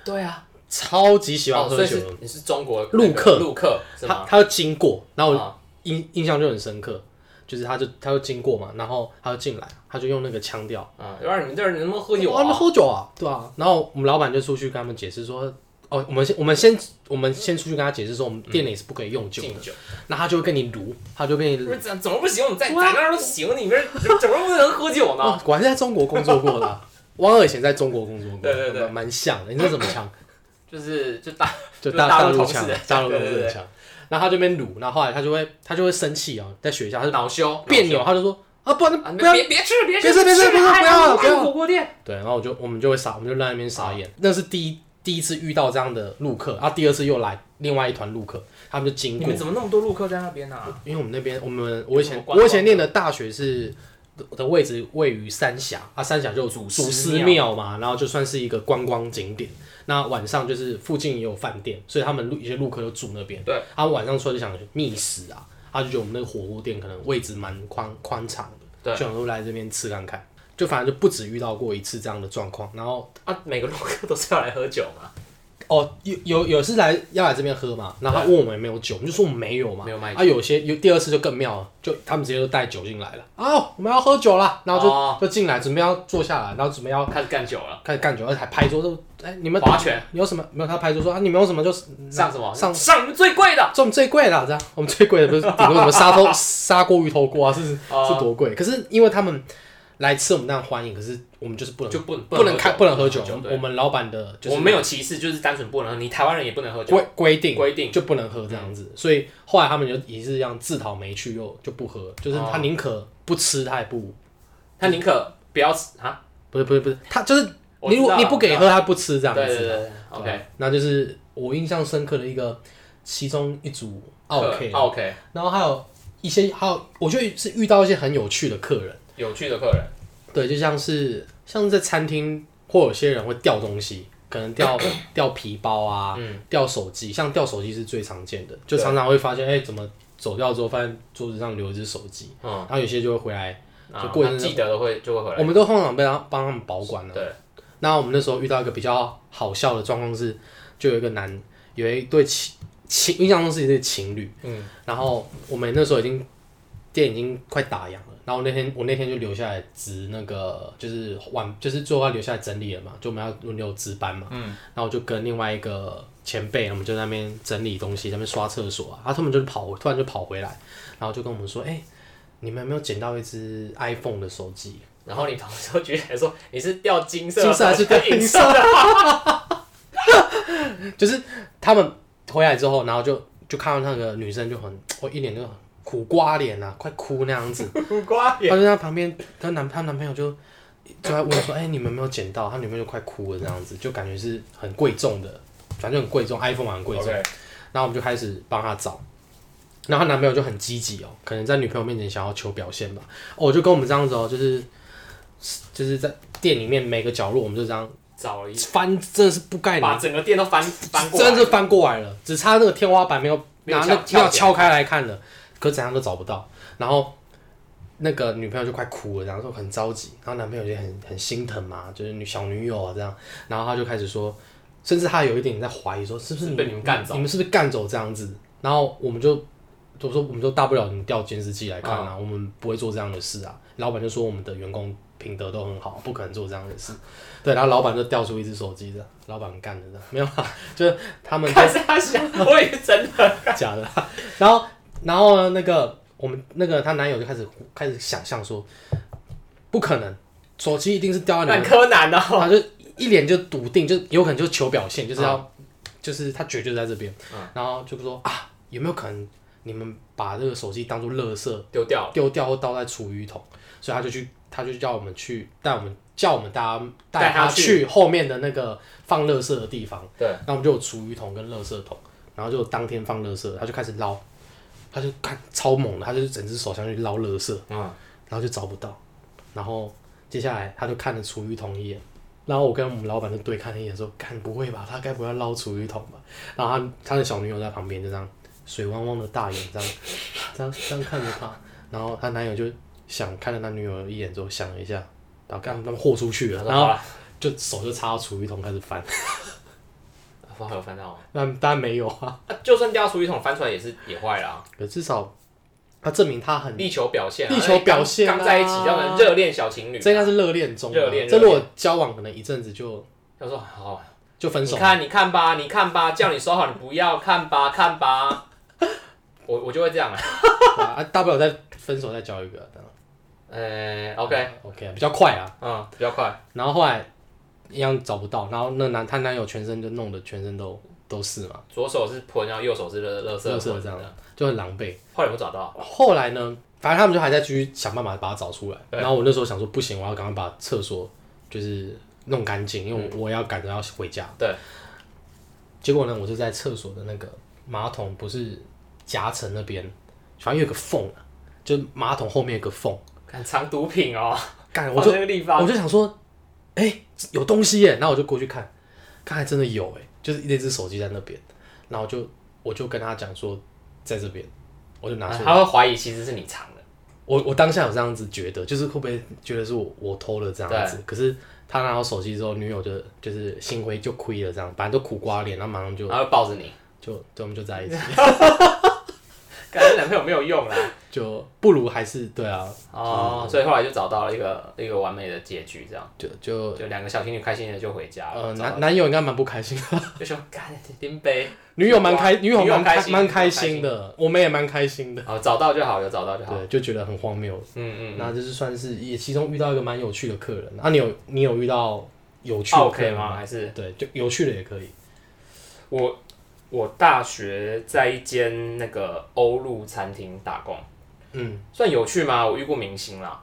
[SPEAKER 1] 对啊，
[SPEAKER 2] 超级喜欢
[SPEAKER 1] 哦，所
[SPEAKER 2] 喝
[SPEAKER 1] 以
[SPEAKER 2] 酒
[SPEAKER 1] 是
[SPEAKER 2] 的。
[SPEAKER 1] 你是中国那个
[SPEAKER 2] 陆客
[SPEAKER 1] 陆客是
[SPEAKER 2] 他
[SPEAKER 1] 吗？
[SPEAKER 2] 他要经过，然后
[SPEAKER 1] 啊
[SPEAKER 2] 我印印象就很深刻，就是他就他就经过嘛，然后他就进来，他就用那个腔调，
[SPEAKER 1] 嗯，要不然你们这人能不能喝酒
[SPEAKER 2] 哇你
[SPEAKER 1] 啊？
[SPEAKER 2] 们喝酒啊，对啊。然后我们老板就出去跟他们解释说，哦，我们先我们先我们先出去跟他解释说，我们店里是不可以用酒的
[SPEAKER 1] 敬，酒。
[SPEAKER 2] 那他就会跟你撸，他就跟你
[SPEAKER 1] 不是怎怎么不行？我们在在那儿都行，你们 怎么不能喝酒呢？
[SPEAKER 2] 哦，果然是在中国工作过 的啊、汪二以前在中国工作过，
[SPEAKER 1] 对对对
[SPEAKER 2] 蛮蛮像的。你是什么 腔？
[SPEAKER 1] 就是就大
[SPEAKER 2] 就
[SPEAKER 1] 就
[SPEAKER 2] 大
[SPEAKER 1] 大陆
[SPEAKER 2] 陆
[SPEAKER 1] 同事
[SPEAKER 2] 腔
[SPEAKER 1] 的，
[SPEAKER 2] 大陆同
[SPEAKER 1] 对
[SPEAKER 2] 事
[SPEAKER 1] 对
[SPEAKER 2] 的
[SPEAKER 1] 对
[SPEAKER 2] 腔。然后他这边撸，然后后来他就会他就会生气啊，在学校他就
[SPEAKER 1] 恼羞
[SPEAKER 2] 别扭，他就说啊，不
[SPEAKER 1] 啊！
[SPEAKER 2] 然
[SPEAKER 1] 你
[SPEAKER 2] 不要
[SPEAKER 1] 们别别吃了，别吃
[SPEAKER 2] 别吃
[SPEAKER 1] 了，
[SPEAKER 2] 别吃
[SPEAKER 1] 吃了哎
[SPEAKER 2] 别吃
[SPEAKER 1] 还
[SPEAKER 2] 不要
[SPEAKER 1] 还
[SPEAKER 2] 不要
[SPEAKER 1] 火锅店。
[SPEAKER 2] 对，然后我就我们就会傻，我们就在那边
[SPEAKER 1] 啊
[SPEAKER 2] 傻眼。那是第一第一次遇到这样的陆客，然后第二次又来另外一团陆客，他们就经
[SPEAKER 1] 你
[SPEAKER 2] 过
[SPEAKER 1] 们，怎么那么多陆客在那边啊呢？
[SPEAKER 2] 因为我们那边我们我以
[SPEAKER 1] 有什么
[SPEAKER 2] 前
[SPEAKER 1] 观光
[SPEAKER 2] 我以前念的大学是。的位置位于三峡啊，三峡就有祖
[SPEAKER 1] 祖师
[SPEAKER 2] 祖师庙嘛，然后就算是一个观光景点。那晚上就是附近也有饭店，所以他们路一些路客就住那边。
[SPEAKER 1] 对，
[SPEAKER 2] 他们晚上出来就想觅食啊，他就觉得我们那个火锅店可能位置蛮宽宽敞的，
[SPEAKER 1] 对
[SPEAKER 2] 就想说来这边吃看看。就反正就不止遇到过一次这样的状况，然后
[SPEAKER 1] 啊，每个陆客都是要来喝酒嘛，
[SPEAKER 2] 哦，有有有是来要来这边喝嘛，然后他问我们有没有酒，我们就说我们没有嘛，
[SPEAKER 1] 没有卖酒
[SPEAKER 2] 啊，有些有第二次就更妙了，就他们直接就带酒进来了，哦，我们要喝酒啦，然后就、
[SPEAKER 1] 哦
[SPEAKER 2] 就进来，准备要坐下来，然后准备要
[SPEAKER 1] 开始干酒了，
[SPEAKER 2] 开始干酒，而且还拍桌说，哎、你们
[SPEAKER 1] 划拳
[SPEAKER 2] 有什么没有？他拍桌说啊，你们有什么就是
[SPEAKER 1] 上什么
[SPEAKER 2] 上
[SPEAKER 1] 上你们最贵的
[SPEAKER 2] 这我们最贵的啊、这样 我们最贵的不是顶多什么砂头砂锅鱼头锅啊，是是
[SPEAKER 1] 哦
[SPEAKER 2] 多贵？可是因为他们来吃我们当然欢迎，可是我们就是不能
[SPEAKER 1] 就哦不
[SPEAKER 2] 不能开不能喝酒，
[SPEAKER 1] 哦对
[SPEAKER 2] 我们老板的就是
[SPEAKER 1] 我们没有歧视，就是单纯不能喝。你台湾人也不能喝酒，
[SPEAKER 2] 规规定
[SPEAKER 1] 规定嗯
[SPEAKER 2] 就不能喝这样子，所以后来他们就也是这样自讨没趣，又就不喝，就是
[SPEAKER 1] 哦
[SPEAKER 2] 他宁可不吃，他也不
[SPEAKER 1] 他宁可不要吃啊。
[SPEAKER 2] 不是不是不是，他就是
[SPEAKER 1] 我
[SPEAKER 2] 你如
[SPEAKER 1] 知
[SPEAKER 2] 果
[SPEAKER 1] 道
[SPEAKER 2] 你不给喝，他不吃这
[SPEAKER 1] 对
[SPEAKER 2] 样子。
[SPEAKER 1] 对对对，OK，
[SPEAKER 2] 那就是我印象深刻的一个，其中一组啊 OK，
[SPEAKER 1] 啊 OK，
[SPEAKER 2] 然后还有一些还有，我觉得是遇到一些很有趣的客人，
[SPEAKER 1] 有趣的客人，
[SPEAKER 2] 对，就像是像是在餐厅或有些人会掉东西，可能 掉掉皮包啊，掉手机，像掉手机是最常见的，就
[SPEAKER 1] 嗯对
[SPEAKER 2] 常常会发现，哎、怎么走掉之后发现桌子上留一只手机，
[SPEAKER 1] 嗯，
[SPEAKER 2] 然后有些就会回来，
[SPEAKER 1] 啊
[SPEAKER 2] 就过一
[SPEAKER 1] 他
[SPEAKER 2] 阵子
[SPEAKER 1] 记得的会就会回来。
[SPEAKER 2] 我们都通常被他帮他们保管了。
[SPEAKER 1] 对，
[SPEAKER 2] 那我们那时候遇到一个比较好笑的状况是，就有一个男，有一对情情，印象中是一对情侣，
[SPEAKER 1] 嗯，
[SPEAKER 2] 然后我们那时候已经店已经快打烊了，然后那天我那天就留下来值那个就是晚就是最后要留下来整理了嘛，就我们要轮流值班嘛，嗯，然后我就跟另外一个前辈，我们就在那边整理东西，在那边刷厕所啊，然后他们就跑，突然就跑回来，然后就跟我们说，哎、你们有没有捡到一只 iPhone 的手机？
[SPEAKER 1] 然后你同事就举起来说你是掉金色，
[SPEAKER 2] 金色还是掉银色
[SPEAKER 1] 的？
[SPEAKER 2] 就是他们回来之后，然后就就看到那个女生就很，我一脸就很苦瓜脸啊，快哭那样子。
[SPEAKER 1] 苦瓜
[SPEAKER 2] 她就在旁边，她男她男朋友就就在问说：“哎、你们有没有捡到？”她女朋友就快哭了，这样子就感觉是很贵重的，反正很贵重，iPhone 嘛很贵重。
[SPEAKER 1] OK，
[SPEAKER 2] 然后我们就开始帮她找。然后她男朋友就很积极哦，可能在女朋友面前想要求表现吧。哦，我就跟我们这样子哦，就是就是在店里面每个角落，我们就这样
[SPEAKER 1] 找了一
[SPEAKER 2] 翻，真的是不盖
[SPEAKER 1] 把
[SPEAKER 2] 你
[SPEAKER 1] 整个店都翻翻过来
[SPEAKER 2] 真，的是翻过来了，只差那个天花板没有
[SPEAKER 1] 没有
[SPEAKER 2] 拿
[SPEAKER 1] 敲
[SPEAKER 2] 那个
[SPEAKER 1] 敲
[SPEAKER 2] 没有
[SPEAKER 1] 起来
[SPEAKER 2] 敲开来看了，可怎样都找不到。然后那个女朋友就快哭了，然后说很着急，然后男朋友就很很心疼嘛，就是女小女友啊这样，然后他就开始说，甚至他有一点在怀疑说是不是
[SPEAKER 1] 是被你们干走
[SPEAKER 2] 你们是不是干走这样子？然后我们就就说我们就大不了你调监视器来看啊，
[SPEAKER 1] 哦
[SPEAKER 2] 我们不会做这样的事啊。老板就说我们的员工品德都很好，不可能做这样的事。对，然后老板就调出一只手机的，老板干的这样没有啦，就是 他们
[SPEAKER 1] 看是他想，我也真的
[SPEAKER 2] 假的啦。然后，然后呢，那个我们那个她男友就开始开始想象说，不可能，手机一定是掉在
[SPEAKER 1] 很
[SPEAKER 2] 你们，
[SPEAKER 1] 柯南哦。
[SPEAKER 2] 他就一脸就笃定，就有可能就求表现，就是要，就是他绝对在这边。然后就说啊，有没有可能你们把这个手机当做垃圾
[SPEAKER 1] 丢掉了，
[SPEAKER 2] 丢掉或倒在厨余桶？所以他就去，他就叫我们去带我们。叫我们大家带
[SPEAKER 1] 带他
[SPEAKER 2] 他去后面的那个放垃圾的地方，
[SPEAKER 1] 对，
[SPEAKER 2] 那我们就有厨余桶跟垃圾桶，然后就当天放垃圾，他就开始捞，他就看超猛的，他就是整只手下去捞垃圾，
[SPEAKER 1] 嗯，
[SPEAKER 2] 然后就找不到，然后接下来他就看了厨余桶一眼，然后我跟我们老板就对看了一眼说，干不会吧，他该不会要捞厨余桶吧？然后他他的小女友在旁边就这样水汪汪的大眼这样这样这样看着他，然后她男友就想看了他女友一眼之后想了一下，然后干他们豁出去了，然后
[SPEAKER 1] 后
[SPEAKER 2] 就手就插到厨余桶开始翻，
[SPEAKER 1] 翻有翻到吗，
[SPEAKER 2] 那当然没有啊。
[SPEAKER 1] 啊就算掉到厨余桶翻出来也是也坏了啊，
[SPEAKER 2] 可至少他证明他很，
[SPEAKER 1] 力求表现啊，
[SPEAKER 2] 嗯力求表现啊
[SPEAKER 1] 刚刚在一起，要能热恋小情侣，
[SPEAKER 2] 这应该是热恋中啊，
[SPEAKER 1] 热恋
[SPEAKER 2] 这如果交往可能一阵子就
[SPEAKER 1] 他说好，
[SPEAKER 2] 就分手
[SPEAKER 1] 你，看你看吧，你看吧，叫你收好，你不要看吧看吧， 我我就会这样啊，
[SPEAKER 2] 啊，大不了再分手再交一个这样
[SPEAKER 1] 呃，OK，
[SPEAKER 2] OK 比较快啊。
[SPEAKER 1] 嗯，比较快，
[SPEAKER 2] 然后后来一样找不到，然后那男她男友全身就弄得全身都都是嘛，
[SPEAKER 1] 左手是盆，然后右手是乐乐色，
[SPEAKER 2] 垃圾这样，就很狼狈。
[SPEAKER 1] 后来有没有找到，
[SPEAKER 2] 后来呢，反正他们就还在继续想办法把它找出来。
[SPEAKER 1] 对
[SPEAKER 2] 然后我那时候想说，不行，我要赶快把厕所就是弄干净，因
[SPEAKER 1] 嗯
[SPEAKER 2] 为我我要赶着要回家。
[SPEAKER 1] 对。
[SPEAKER 2] 结果呢，我就在厕所的那个马桶不是夹层那边，反正有个缝啊，就是马桶后面有个缝。
[SPEAKER 1] 看藏毒品哦，
[SPEAKER 2] 干，哎我
[SPEAKER 1] 放
[SPEAKER 2] 就
[SPEAKER 1] 那个地方
[SPEAKER 2] 我就想说，哎、有东西耶！然后我就过去看，看还真的有哎，就是那只手机在那边。然后我就我就跟他讲说，在这边，我就拿出来
[SPEAKER 1] 他会怀疑其实是你藏的，
[SPEAKER 2] 我我当下有这样子觉得，就是会不会觉得是我我偷了这样子？可是他拿到手机之后，女友就就是心灰就亏嗯了这样，反正都苦瓜脸，然后马上就
[SPEAKER 1] 然后抱着你，
[SPEAKER 2] 就对我们就在一起。
[SPEAKER 1] 感觉男朋友没有用啦。
[SPEAKER 2] 就不如还是对啊，
[SPEAKER 1] 哦，所以后来就找到了一个一个完美的结局，这样
[SPEAKER 2] 就就
[SPEAKER 1] 就两个小情侣开心的就回家了。
[SPEAKER 2] 呃
[SPEAKER 1] 找到
[SPEAKER 2] 男男友应该蛮不开心的，
[SPEAKER 1] 就说干林 杯，
[SPEAKER 2] 女友蛮开，
[SPEAKER 1] 啊女
[SPEAKER 2] 女
[SPEAKER 1] 友
[SPEAKER 2] 友蛮
[SPEAKER 1] 开
[SPEAKER 2] 开
[SPEAKER 1] 心
[SPEAKER 2] 蛮
[SPEAKER 1] 女友开
[SPEAKER 2] 开
[SPEAKER 1] 心
[SPEAKER 2] 心的，我们也蛮开心的，
[SPEAKER 1] 哦，找到就好，有找到就好。
[SPEAKER 2] 对，就觉得很荒谬。
[SPEAKER 1] 嗯嗯，
[SPEAKER 2] 那就是算是也其中遇到一个蛮有趣的客人。啊，你有你有遇到有趣的客
[SPEAKER 1] 啊 OK
[SPEAKER 2] 人
[SPEAKER 1] 吗？？还是
[SPEAKER 2] 对，就有趣的也可以。
[SPEAKER 1] 我我大学在一间那个欧陆餐厅打工，
[SPEAKER 2] 嗯，
[SPEAKER 1] 算有趣吗？我遇过明星啦，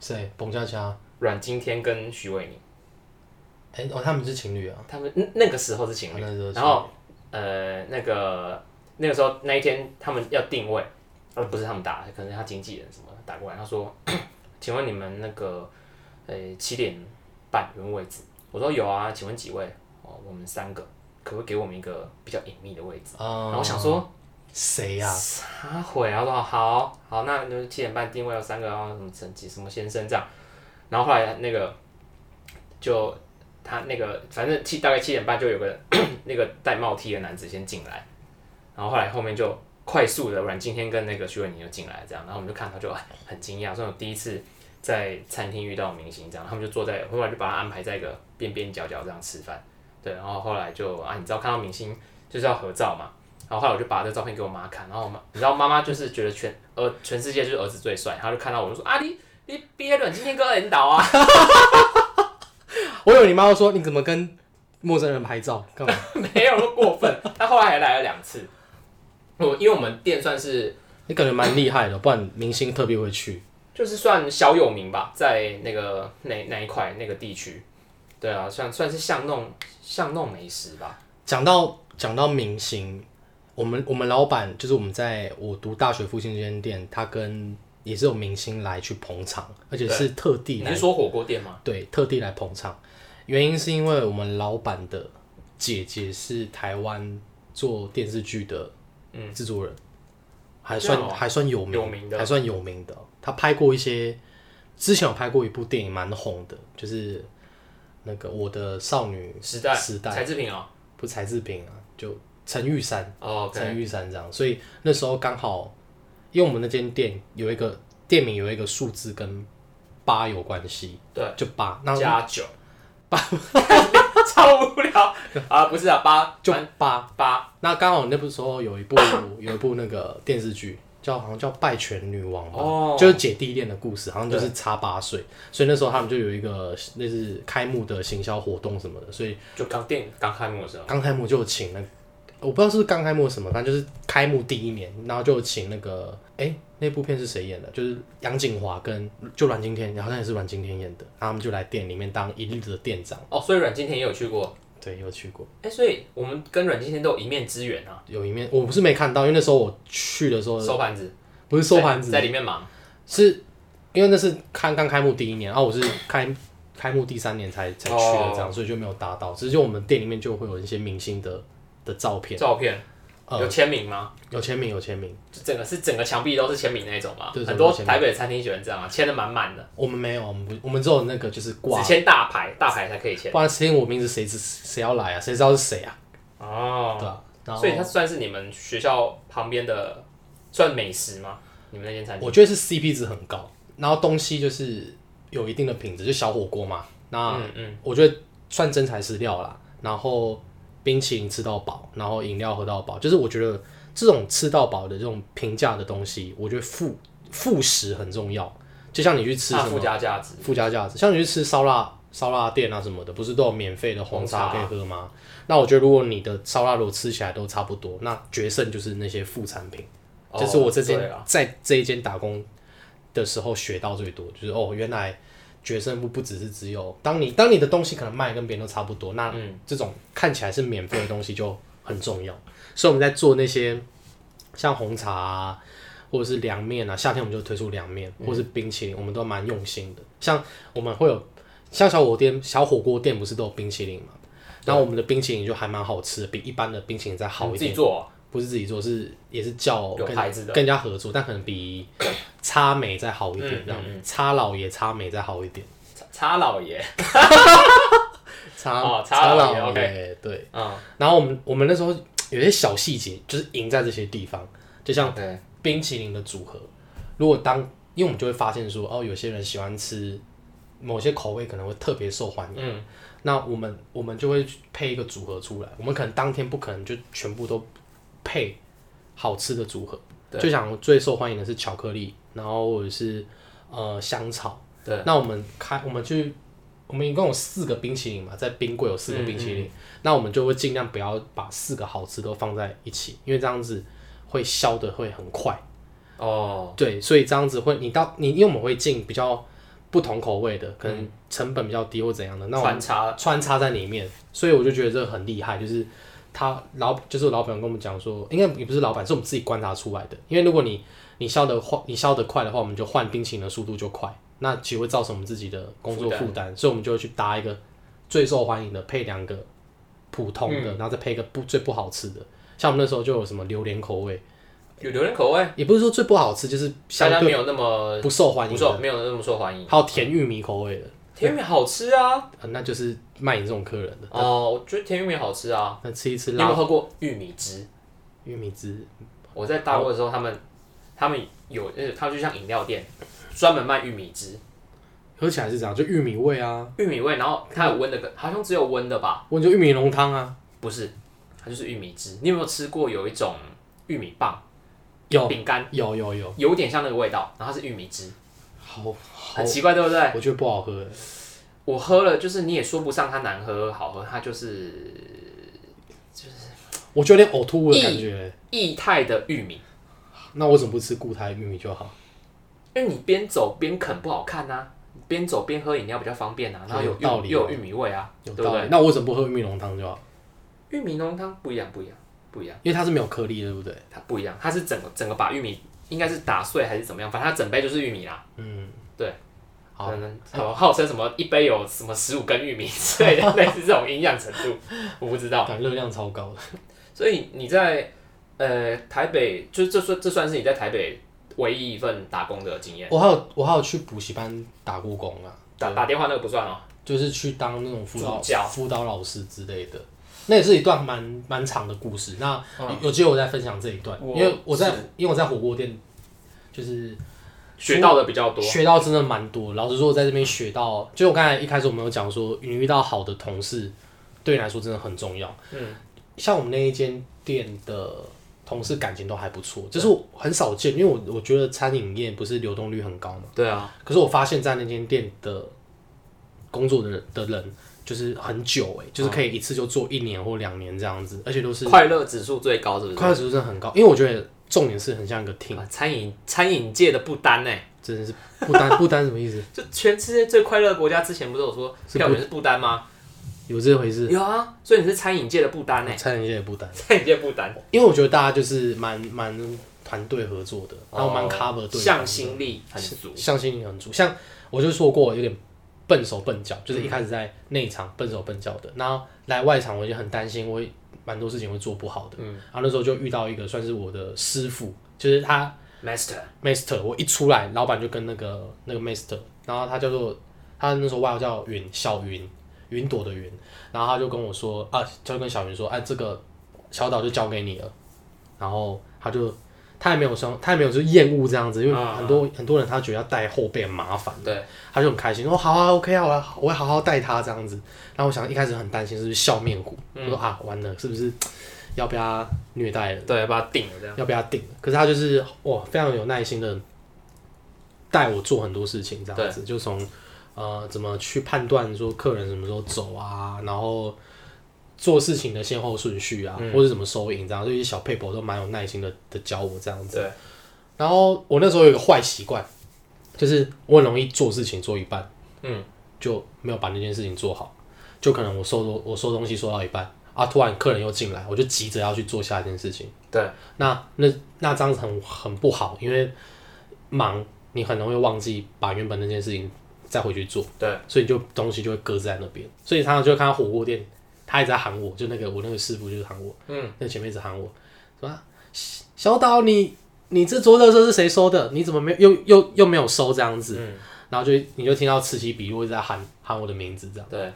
[SPEAKER 2] 谁？彭佳佳？
[SPEAKER 1] 阮经天跟徐伟宁，
[SPEAKER 2] 哎、哦，他们是情侣啊。
[SPEAKER 1] 他们嗯那个时候是情
[SPEAKER 2] 啊
[SPEAKER 1] 侣，
[SPEAKER 2] 那时候是
[SPEAKER 1] 然后呃那个那个时候那一天他们要定位，呃不是他们打，可能是他经纪人什么的打过来，他说， 请问你们那个呃七点半有没有位置？我说有啊，请问几位？哦，我们三个，可不可以给我们一个比较隐秘的位置？
[SPEAKER 2] 啊，
[SPEAKER 1] 然后我想说。
[SPEAKER 2] 谁啊呀、
[SPEAKER 1] 撒谎，然后说好好，那你们七点半定位有三个，然后什么成绩什么先生这样，然后后来那个就他那个反正七大概七点半就有个 那个戴帽 T 的男子先进来，然后后来后面就快速的阮经天跟那个徐伟宁就进来这样，然后我们就看他就很惊讶，说我第一次在餐厅遇到明星这样，他们就坐在后来就把他安排在一个边边角角这样吃饭，对，然后后来就啊你知道看到明星就是要合照嘛。然后后来我就把这照片给我妈看，然后我妈，你知道妈妈就是觉得全呃全世界就是儿子最帅，她就看到我就说啊你你憋了，你今天跟领导啊，
[SPEAKER 2] 我有你妈说你怎么跟陌生人拍照 干嘛？
[SPEAKER 1] 没有那么过分。她后来还来了两次，我因为我们店算是
[SPEAKER 2] 你感觉蛮厉害的，不然明星特别会去。
[SPEAKER 1] 就是算小有名吧，在那个那那一块那个地区，对啊，算算是巷弄巷弄美食吧。
[SPEAKER 2] 讲到讲到明星，我们我们老板就是我们在我读大学附近这间店，他跟也是有明星来去捧场，而且是特地
[SPEAKER 1] 你
[SPEAKER 2] 来
[SPEAKER 1] 是说火锅店吗？
[SPEAKER 2] 对，特地来捧场。原因是因为我们老板的姐姐是台湾做电视剧的制作人，还
[SPEAKER 1] 嗯这
[SPEAKER 2] 算、
[SPEAKER 1] 样哦
[SPEAKER 2] 还算有名，
[SPEAKER 1] 有名的
[SPEAKER 2] 还算有名的。他拍过一些，之前有拍过一部电影蛮红的，就是那个《我的少女
[SPEAKER 1] 时代
[SPEAKER 2] 时代
[SPEAKER 1] 柴智屏哦，
[SPEAKER 2] 不是柴智屏啊，就陈玉珊。
[SPEAKER 1] 哦，OK，
[SPEAKER 2] 陈玉山这样，所以那时候刚好，因为我们那间店有一个店名有一个数字跟八有关系，
[SPEAKER 1] 对，
[SPEAKER 2] 就八，那
[SPEAKER 1] 加 九八，超无聊 啊，不是啊，八
[SPEAKER 2] 就八。
[SPEAKER 1] 八八。
[SPEAKER 2] 那刚好那部时候有一部有一部那个电视剧叫好像叫《拜权女王》吧，
[SPEAKER 1] 哦
[SPEAKER 2] 就是姐弟恋的故事，好像就是差八岁，所以那时候他们就有一个类似开幕的行销活动什么的，所以
[SPEAKER 1] 就刚电影刚开幕的时候，
[SPEAKER 2] 刚开幕就有请那我不知道是不是刚开幕什么，反正就是开幕第一年，然后就有请那个哎、那部片是谁演的？就是杨景华跟就阮经天，好像也是阮经天演的，然后他们就来店里面当一日的店长，
[SPEAKER 1] 哦，所以阮经天也有去过，
[SPEAKER 2] 对，有去过，
[SPEAKER 1] 哎，所以我们跟阮经天都有一面之缘啊，
[SPEAKER 2] 有一面我不是没看到，因为那时候我去的时候
[SPEAKER 1] 收盘子，
[SPEAKER 2] 不是呃收盘子，
[SPEAKER 1] 在在里面忙，
[SPEAKER 2] 是因为那是看刚开幕第一年，然、后我是开开幕第三年才才去的，这样，所以就没有搭到，只是就我们店里面就会有一些明星的的照片，
[SPEAKER 1] 照片
[SPEAKER 2] 呃
[SPEAKER 1] 有签名吗？
[SPEAKER 2] 有签名有签名。
[SPEAKER 1] 就整个是整个墙壁都是签名那种嘛，
[SPEAKER 2] 对
[SPEAKER 1] 很
[SPEAKER 2] 整个
[SPEAKER 1] 多
[SPEAKER 2] 签名
[SPEAKER 1] 台北的餐厅喜欢这样啊，签的满满的，
[SPEAKER 2] 我们没有，我们不，我们只有那个就是挂
[SPEAKER 1] 只，签大牌，大牌才可以签。
[SPEAKER 2] 不然谁我名字谁知谁要来啊？谁知道是谁啊？对
[SPEAKER 1] 哦，
[SPEAKER 2] 啊，然后
[SPEAKER 1] 所以它算是你们学校旁边的算美食吗？你们那间餐厅
[SPEAKER 2] 我觉得是 CP 值很高，然后东西就是有一定的品质，就小火锅嘛。那
[SPEAKER 1] 嗯嗯，
[SPEAKER 2] 我觉得算真材实料啦，然后冰淇淋吃到饱，然后饮料喝到饱，就是我觉得这种吃到饱的这种平价的东西，我觉得副副食很重要。就像你去吃
[SPEAKER 1] 它
[SPEAKER 2] 什
[SPEAKER 1] 附
[SPEAKER 2] 么
[SPEAKER 1] 加价值，
[SPEAKER 2] 附加价值。像你去吃烧腊、烧腊店啊什么的，不是都有免费的红茶
[SPEAKER 1] 红
[SPEAKER 2] 可
[SPEAKER 1] 茶
[SPEAKER 2] 以喝吗？那我觉得如果你的烧腊如果吃起来都差不多，那决胜就是那些副产品，
[SPEAKER 1] 哦
[SPEAKER 2] 这是我这间、
[SPEAKER 1] 对啊
[SPEAKER 2] 在这一间打工的时候学到最多，就是哦，原来决胜不不只是只有当你当你的东西可能卖得跟别人都差不多，那
[SPEAKER 1] 嗯
[SPEAKER 2] 这种看起来是免费的东西就很重要。所以我们在做那些像红茶啊，或者是凉面啊，夏天我们就推出凉面，
[SPEAKER 1] 嗯
[SPEAKER 2] 或是冰淇淋，我们都蛮用心的。像我们会有像小火锅店、小火锅店不是都有冰淇淋嘛？然后我们的冰淇淋就还蛮好吃的，比一般的冰淇淋再好一
[SPEAKER 1] 自己
[SPEAKER 2] 点。
[SPEAKER 1] 做哦
[SPEAKER 2] 不是自己做，是也是叫
[SPEAKER 1] 有
[SPEAKER 2] 跟
[SPEAKER 1] 牌子的
[SPEAKER 2] 跟人家合作，但可能 比差美再好一
[SPEAKER 1] 嗯
[SPEAKER 2] 点，这样差老也差美再好一点，
[SPEAKER 1] 叉叉老爷，
[SPEAKER 2] 差
[SPEAKER 1] 哦差
[SPEAKER 2] 差
[SPEAKER 1] 老
[SPEAKER 2] 老
[SPEAKER 1] 也
[SPEAKER 2] 也对。
[SPEAKER 1] 嗯，
[SPEAKER 2] 然后我们我们那时候有些小细节，就是赢在这些地方，就像
[SPEAKER 1] 对
[SPEAKER 2] 冰淇淋的组合，如果当因为我们就会发现说，哦，有些人喜欢吃某些口味，可能会特别受欢迎。
[SPEAKER 1] 嗯
[SPEAKER 2] 那我们我们就会配一个组合出来，我们可能当天不可能就全部都配好吃的组合。
[SPEAKER 1] 对
[SPEAKER 2] 就想最受欢迎的是巧克力，然后或者是呃香草。
[SPEAKER 1] 对，
[SPEAKER 2] 那我们开我们去，我们一共有四个冰淇淋嘛，在冰柜有四个
[SPEAKER 1] 嗯
[SPEAKER 2] 冰淇淋，那我们就会尽量不要把四个好吃都放在一起，因为这样子会消的会很快。
[SPEAKER 1] 哦，
[SPEAKER 2] 对，所以这样子会，你到你因为我们会进比较不同口味的，可
[SPEAKER 1] 嗯
[SPEAKER 2] 能成本比较低或怎样的，哦那我
[SPEAKER 1] 穿插
[SPEAKER 2] 穿插在里面，所以我就觉得这个很厉害，就是他老就是我老板跟我们讲说，应该也不是老板，是我们自己观察出来的。因为如果你你消的快，你消的快的话，我们就换冰淇淋的速度就快，那其实会造成我们自己的工作负担，所以我们就会去搭一个最受欢迎的，配两个普通
[SPEAKER 1] 嗯
[SPEAKER 2] 的，然后再配一个不最不好吃的。像我们那时候就有什么榴莲口味，
[SPEAKER 1] 有榴莲口味，
[SPEAKER 2] 也不是说最不好吃，就是
[SPEAKER 1] 大
[SPEAKER 2] 相
[SPEAKER 1] 家
[SPEAKER 2] 对
[SPEAKER 1] 没有那么
[SPEAKER 2] 不受欢
[SPEAKER 1] 不
[SPEAKER 2] 迎
[SPEAKER 1] 受，
[SPEAKER 2] 的。
[SPEAKER 1] 没有那么受欢迎。
[SPEAKER 2] 还有甜玉米口味的，
[SPEAKER 1] 甜玉米好吃啊，
[SPEAKER 2] 呃那就是卖你这种客人的。
[SPEAKER 1] 哦，我觉得甜玉米好吃啊。
[SPEAKER 2] 那吃一次
[SPEAKER 1] 你有没有
[SPEAKER 2] 拉
[SPEAKER 1] 喝过玉米汁？
[SPEAKER 2] 玉米汁，
[SPEAKER 1] 我在大
[SPEAKER 2] 哦
[SPEAKER 1] 陆的时候，他们他们有，呃，他们就像饮料店，专门卖玉米汁、
[SPEAKER 2] 喝起来是这样，就玉米味啊，
[SPEAKER 1] 玉米味，然后它有温的，好像只有温的吧？
[SPEAKER 2] 我就玉米浓汤啊，
[SPEAKER 1] 不是，它就是玉米汁。你有没有吃过有一种玉米棒
[SPEAKER 2] 有
[SPEAKER 1] 饼干，
[SPEAKER 2] 有有有，
[SPEAKER 1] 有点像那个味道，然后它是玉米汁，
[SPEAKER 2] 好好
[SPEAKER 1] 很，奇怪，对不对？
[SPEAKER 2] 我觉得不好喝，
[SPEAKER 1] 我喝了，就是你也说不上它难喝好喝，它就是
[SPEAKER 2] 我觉得有点呕吐物的感觉。
[SPEAKER 1] 液态的玉米，
[SPEAKER 2] 那我怎么不吃固态玉米就好？
[SPEAKER 1] 因为你边走边啃不好看呐、边走边喝饮料比较方便啊，然后有
[SPEAKER 2] 有道理
[SPEAKER 1] 又有
[SPEAKER 2] 哦
[SPEAKER 1] 玉米味啊，对
[SPEAKER 2] 有
[SPEAKER 1] 不
[SPEAKER 2] 道
[SPEAKER 1] 对？
[SPEAKER 2] 理。那我怎么不喝玉米浓汤就好？
[SPEAKER 1] 玉米浓汤不一样，不一样，不一样，
[SPEAKER 2] 因为它是没有颗粒的，对不对？
[SPEAKER 1] 它不一样，它是整个整个把玉米应该是打碎还是怎么样，反正它整杯就是玉米啦。
[SPEAKER 2] 嗯，
[SPEAKER 1] 对，嗯
[SPEAKER 2] 好
[SPEAKER 1] 可能好号称什么一杯有什么十五根玉米之类 的，类似这种营养程度，我不知道。
[SPEAKER 2] 感觉热量超高的。
[SPEAKER 1] 所以你在呃台北，就这算这算是你在台北唯一一份打工的经验。
[SPEAKER 2] 我还有我还有去补习班打过工啊，
[SPEAKER 1] 打打电话那个不算哦。
[SPEAKER 2] 就是去当那种辅导
[SPEAKER 1] 助教
[SPEAKER 2] 辅导老师之类的。那也是一段蛮蛮长的故事。那有有机会我再分享这一段，
[SPEAKER 1] 嗯我
[SPEAKER 2] 因为我在因为我在火锅店就是
[SPEAKER 1] 学到的比较多，
[SPEAKER 2] 学到真的蛮多。老实说，我在这边学到，就我刚才一开始我们有讲说，你遇到好的同事，对你来说真的很重要。
[SPEAKER 1] 嗯，
[SPEAKER 2] 像我们那一间店的同事感情都还不错，这是我很少见，因为我我觉得餐饮业不是流动率很高嘛。
[SPEAKER 1] 对啊，
[SPEAKER 2] 可是我发现，在那间店的工作的人的人，就是很久哎、
[SPEAKER 1] 哦
[SPEAKER 2] 就是可以一次就做一年或两年这样子，而且都是
[SPEAKER 1] 快乐指数最高是不是？
[SPEAKER 2] 快乐指数真的很高。因为我觉得重点是很像一个 team，
[SPEAKER 1] 啊餐饮餐饮界的不丹呢、
[SPEAKER 2] 真的是不单 不单什么意思？
[SPEAKER 1] 就全世界最快乐的国家，之前不是有说
[SPEAKER 2] 是
[SPEAKER 1] 票选是不丹吗？
[SPEAKER 2] 有这回事，
[SPEAKER 1] 有啊，所以你是餐饮界的不丹呢、欸
[SPEAKER 2] 餐饮业也不单。
[SPEAKER 1] 餐饮界不丹，
[SPEAKER 2] 因为我觉得大家就是蛮蛮团队合作的，然后蛮
[SPEAKER 1] 哦
[SPEAKER 2] cover 对方
[SPEAKER 1] 向
[SPEAKER 2] 的
[SPEAKER 1] 心力很足。
[SPEAKER 2] 向心力很足。像我就说过，有点笨手笨脚，就是一开始在内场笨手笨脚的，然后来外场我就很担心，我会蛮多事情会做不好的。嗯，然后那时候就遇到一个算是我的师傅，就是他
[SPEAKER 1] Master，
[SPEAKER 2] master，我一出来，老板就跟那个那个 master，然后他叫做他那时候外号叫云小云，云朵的云，然后他就跟我说啊，就跟小云说，哎、这个小岛就交给你了，然后他就他也没有说，他也没有说厌恶这样子，因为
[SPEAKER 1] 啊
[SPEAKER 2] 很多、很多人他觉得要带后辈很麻烦，
[SPEAKER 1] 对，
[SPEAKER 2] 他就很开心，哦，好啊，OK 啊，我要我会好好带他这样子。然后我想一开始很担心是不是笑面虎，
[SPEAKER 1] 嗯
[SPEAKER 2] 我说啊，完了，是不是要被他虐待了？
[SPEAKER 1] 对，把它定了这样。
[SPEAKER 2] 要被他定了。可是他就是哇，非常有耐心的带我做很多事情，这样子就从呃怎么去判断说客人什么时候走啊，然后做事情的先后顺序啊，
[SPEAKER 1] 嗯
[SPEAKER 2] 或者怎么收银这样，这些小 paper 都蛮有耐心的的教我这样子。
[SPEAKER 1] 对，
[SPEAKER 2] 然后我那时候有一个坏习惯，就是我很容易做事情做一半，
[SPEAKER 1] 嗯，
[SPEAKER 2] 就没有把那件事情做好，就可能我收东我收东西收到一半啊，突然客人又进来，我就急着要去做下一件事情。
[SPEAKER 1] 对，
[SPEAKER 2] 那那那这样子很很不好，因为忙你很容易忘记把原本那件事情再回去做，
[SPEAKER 1] 对，
[SPEAKER 2] 所以你就东西就会搁在那边。所以常常就会看到火锅店，他一直在喊我，就那个我那个师傅就是喊我，
[SPEAKER 1] 嗯，
[SPEAKER 2] 那前面一直喊我，说啊小小岛你你这桌热车是谁收的？你怎么没有又又又没有收这样子？
[SPEAKER 1] 嗯，
[SPEAKER 2] 然后就你就听到此起彼落一直在喊喊我的名字这样，
[SPEAKER 1] 对，嗯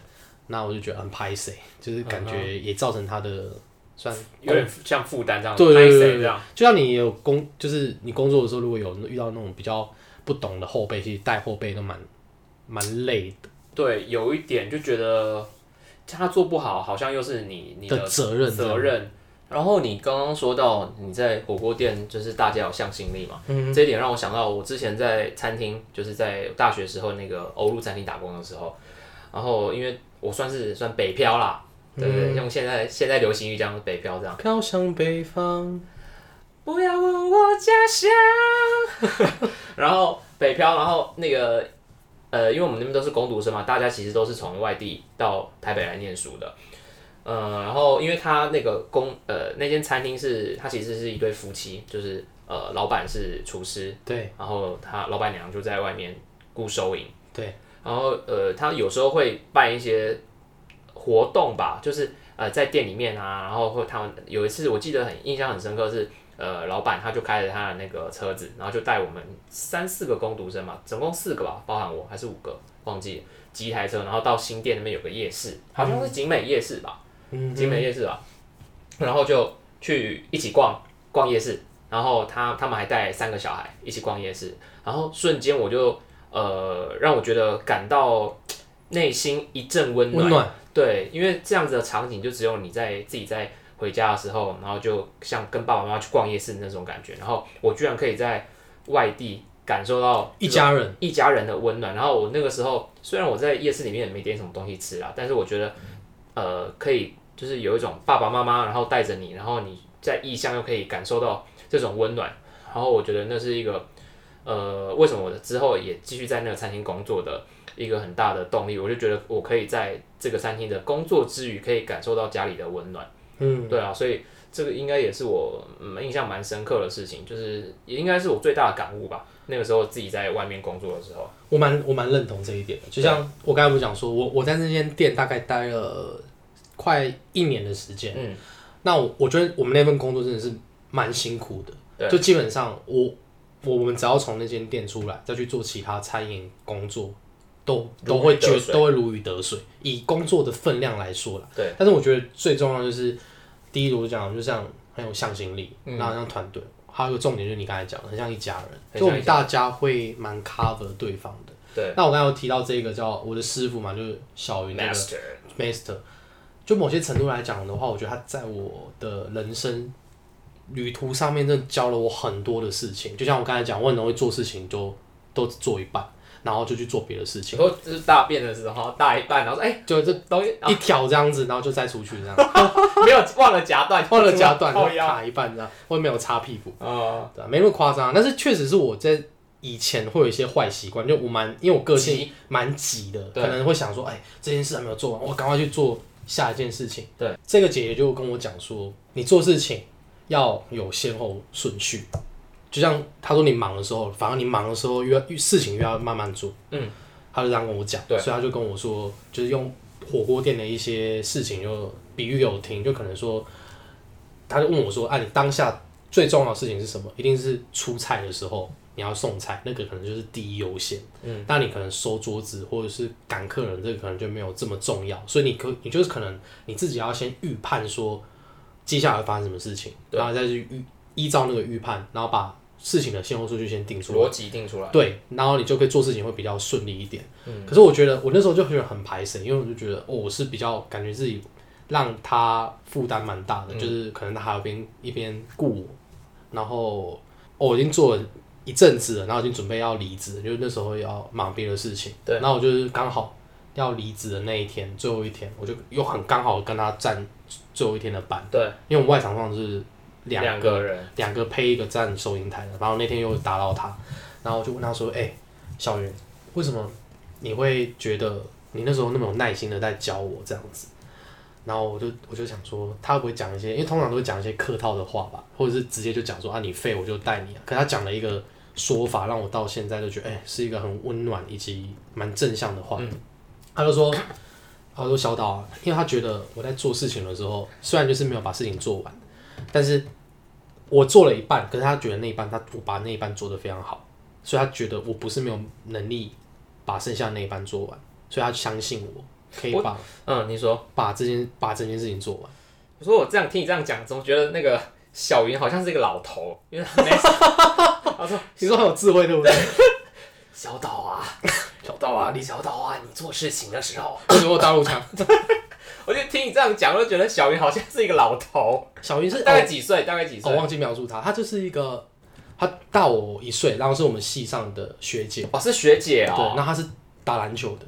[SPEAKER 2] 那我就觉得很拍谁，就是感觉也造成他的算
[SPEAKER 1] 有点像负担这样，
[SPEAKER 2] 对对对
[SPEAKER 1] 拍谁
[SPEAKER 2] 对
[SPEAKER 1] 这样，
[SPEAKER 2] 啊就像你有工，就是你工作的时候，如果有遇到那种比较不懂的后辈，其实带后辈都蛮蛮累
[SPEAKER 1] 对，有一点就觉得他做不好，好像又是你你
[SPEAKER 2] 的
[SPEAKER 1] 的
[SPEAKER 2] 责任。
[SPEAKER 1] 责任。然后你刚刚说到你在火锅店，就是大家有向心力嘛，嗯、这一点让我想到我之前在餐厅，就是在大学时候那个欧陆餐厅打工的时候，然后因为我算是算北漂啦，对不对？用现在现在流行语讲北漂这样，
[SPEAKER 2] 飘向北方，
[SPEAKER 1] 不要问我家乡。 然后北漂，然后那个呃，因为我们那边都是工读生嘛，大家其实都是从外地到台北来念书的。呃，然后因为他那个工呃那间餐厅是，他其实是一对夫妻，就是呃老板是厨师，
[SPEAKER 2] 对
[SPEAKER 1] 然后他老板娘就在外面雇收银，
[SPEAKER 2] 对，
[SPEAKER 1] 然后呃他有时候会办一些活动吧，就是呃在店里面啊，然后会他们有一次我记得很印象很深刻是。呃，老板他就开着他的那个车子，然后就带我们三四个工读生嘛，总共四个吧，包含我还是五个，忘记了，几台车，然后到新店那边有个夜市，好像是景美夜市吧，
[SPEAKER 2] 嗯，
[SPEAKER 1] 景美夜市吧，然后就去一起逛逛夜市，然后他他们还带三个小孩一起逛夜市，然后瞬间我就呃让我觉得感到内心一阵温暖
[SPEAKER 2] 温，暖，
[SPEAKER 1] 对，因为这样子的场景就只有你在自己在回家的时候，然后就像跟爸爸妈妈去逛夜市那种感觉，然后我居然可以在外地感受到
[SPEAKER 2] 一家人，
[SPEAKER 1] 一家人的温暖。然后我那个时候虽然我在夜市里面也没点什么东西吃啦，但是我觉得，呃，可以就是有一种爸爸妈妈然后带着你，然后你在异乡又可以感受到这种温暖。然后我觉得那是一个，呃，为什么我之后也继续在那个餐厅工作的一个很大的动力。我就觉得我可以在这个餐厅的工作之余，可以感受到家里的温暖。
[SPEAKER 2] 嗯，
[SPEAKER 1] 对啊，所以这个应该也是我、嗯、印象蛮深刻的事情，就是也应该是我最大的感悟吧。那个时候自己在外面工作的时候，
[SPEAKER 2] 我蛮我蛮认同这一点的。就像我刚才不是讲说，我我在那间店大概待了快一年的时间，
[SPEAKER 1] 嗯，
[SPEAKER 2] 那我我觉得我们那份工作真的是蛮辛苦
[SPEAKER 1] 对
[SPEAKER 2] 的，就基本上我我我们只要从那间店出来，再去做其他餐饮工作，都都
[SPEAKER 1] 如鱼
[SPEAKER 2] 会
[SPEAKER 1] 得
[SPEAKER 2] 觉
[SPEAKER 1] 水
[SPEAKER 2] 都会如鱼得水。以工作的分量来说啦，
[SPEAKER 1] 对。
[SPEAKER 2] 但是我觉得最重要的就是，第一，我讲就像很有向心力，
[SPEAKER 1] 嗯
[SPEAKER 2] 然后像团队，还有一个重点就是你刚才讲的，很像一家
[SPEAKER 1] 很像一家人
[SPEAKER 2] 人，就我们大家会蛮 cover 对方的。
[SPEAKER 1] 对
[SPEAKER 2] 那我刚才有提到这个叫我的师傅嘛，就是小云那个
[SPEAKER 1] ，master，
[SPEAKER 2] master，就某些程度来讲的话，我觉得他在我的人生旅途上面，真的教了我很多的事情。就像我刚才讲，我很容易做事情就都只做一半，然后就去做别的事情，
[SPEAKER 1] 然后就是大便的时候大一半，然后说哎、
[SPEAKER 2] 就这
[SPEAKER 1] 这东西哦
[SPEAKER 2] 一条这样子，然后就再出去这样，
[SPEAKER 1] 没有忘了夹断，
[SPEAKER 2] 忘了夹断，
[SPEAKER 1] 靠
[SPEAKER 2] 然后
[SPEAKER 1] 腰，
[SPEAKER 2] 卡一半这样，我也没有擦屁股，
[SPEAKER 1] 哦，
[SPEAKER 2] 对啊、没那么夸张啊。但是确实是我在以前会有一些坏习惯，就我蛮因为我个性
[SPEAKER 1] 急
[SPEAKER 2] 蛮急的，
[SPEAKER 1] 对
[SPEAKER 2] 可能会想说，哎，这件事还没有做完，我赶快去做下一件事情。
[SPEAKER 1] 对，
[SPEAKER 2] 这个姐姐就跟我讲说，你做事情要有先后顺序，就像她说你忙的时候，反而你忙的时候越越事情越要慢慢做。
[SPEAKER 1] 嗯，
[SPEAKER 2] 她就这样跟我讲，
[SPEAKER 1] 对
[SPEAKER 2] 所以她就跟我说，就是用火锅店的一些事情就比喻有听，就可能说，她就问我说，啊，你当下最重要的事情是什么？一定是出菜的时候。你要送菜，那个可能就是第一优先。嗯，那你可能收桌子或者是赶客人，这个可能就没有这么重要，所以你可你就是可能你自己要先预判说接下来会发生什么事情，
[SPEAKER 1] 对
[SPEAKER 2] 然后再去预依照那个预判，然后把事情的先后顺序先定出来。
[SPEAKER 1] 逻辑定出来，嗯
[SPEAKER 2] 对，然后你就可以做事情会比较顺利一点。可是我觉得我那时候就觉得很排神，因为我就觉得、哦、我是比较感觉自己让他负担蛮大
[SPEAKER 1] 嗯
[SPEAKER 2] 的，就是可能他还有边一边顾我，然后、哦、我已经做了一阵子了，然后已经准备要离职了，就是那时候要忙别的事情。
[SPEAKER 1] 对
[SPEAKER 2] 然后我就是刚好要离职的那一天，最后一天，我就又很刚好跟他站最后一天的班，
[SPEAKER 1] 对，
[SPEAKER 2] 因为我们外场上是两
[SPEAKER 1] 两个人，
[SPEAKER 2] 两个配一个站收银台的，然后那天又打扰他，然后我就问他说：“哎、小云，为什么你会觉得你那时候那么有耐心的在教我这样子？”然后我就我就想说，他会不会讲一些，因为通常都会讲一些客套的话吧，或者是直接就讲说啊你废我就带你啊。可他讲了一个说法，让我到现在就觉得，哎、是一个很温暖以及蛮正向的话。他就说，他就说小岛、啊，因为他觉得我在做事情的时候，虽然就是没有把事情做完，但是我做了一半，可是他觉得那一半他我把那一半做得非常好，所以他觉得我不是没有能力把剩下那一半做完，所以他相信我可以把
[SPEAKER 1] 嗯，你说
[SPEAKER 2] 把这件把这件事情做完。
[SPEAKER 1] 我说我这样听你这样讲，怎么觉得那个小云好像是一个老头？因为他没 他说
[SPEAKER 2] 你说很有智慧对不 对？
[SPEAKER 1] 小岛啊，
[SPEAKER 2] 小
[SPEAKER 1] 岛啊，李小岛啊，你做事情的时候，
[SPEAKER 2] 中国大陆腔。
[SPEAKER 1] 我就听你这样讲，我就觉得小云好像是一个老头，
[SPEAKER 2] 小云是
[SPEAKER 1] 大概几岁？大概几
[SPEAKER 2] 哦
[SPEAKER 1] 岁？
[SPEAKER 2] 我忘记描述她，她就是一个，她大我一岁，然后是我们系上的学姐，
[SPEAKER 1] 哦，是学姐
[SPEAKER 2] 对，
[SPEAKER 1] 哦，
[SPEAKER 2] 那她是打篮球的，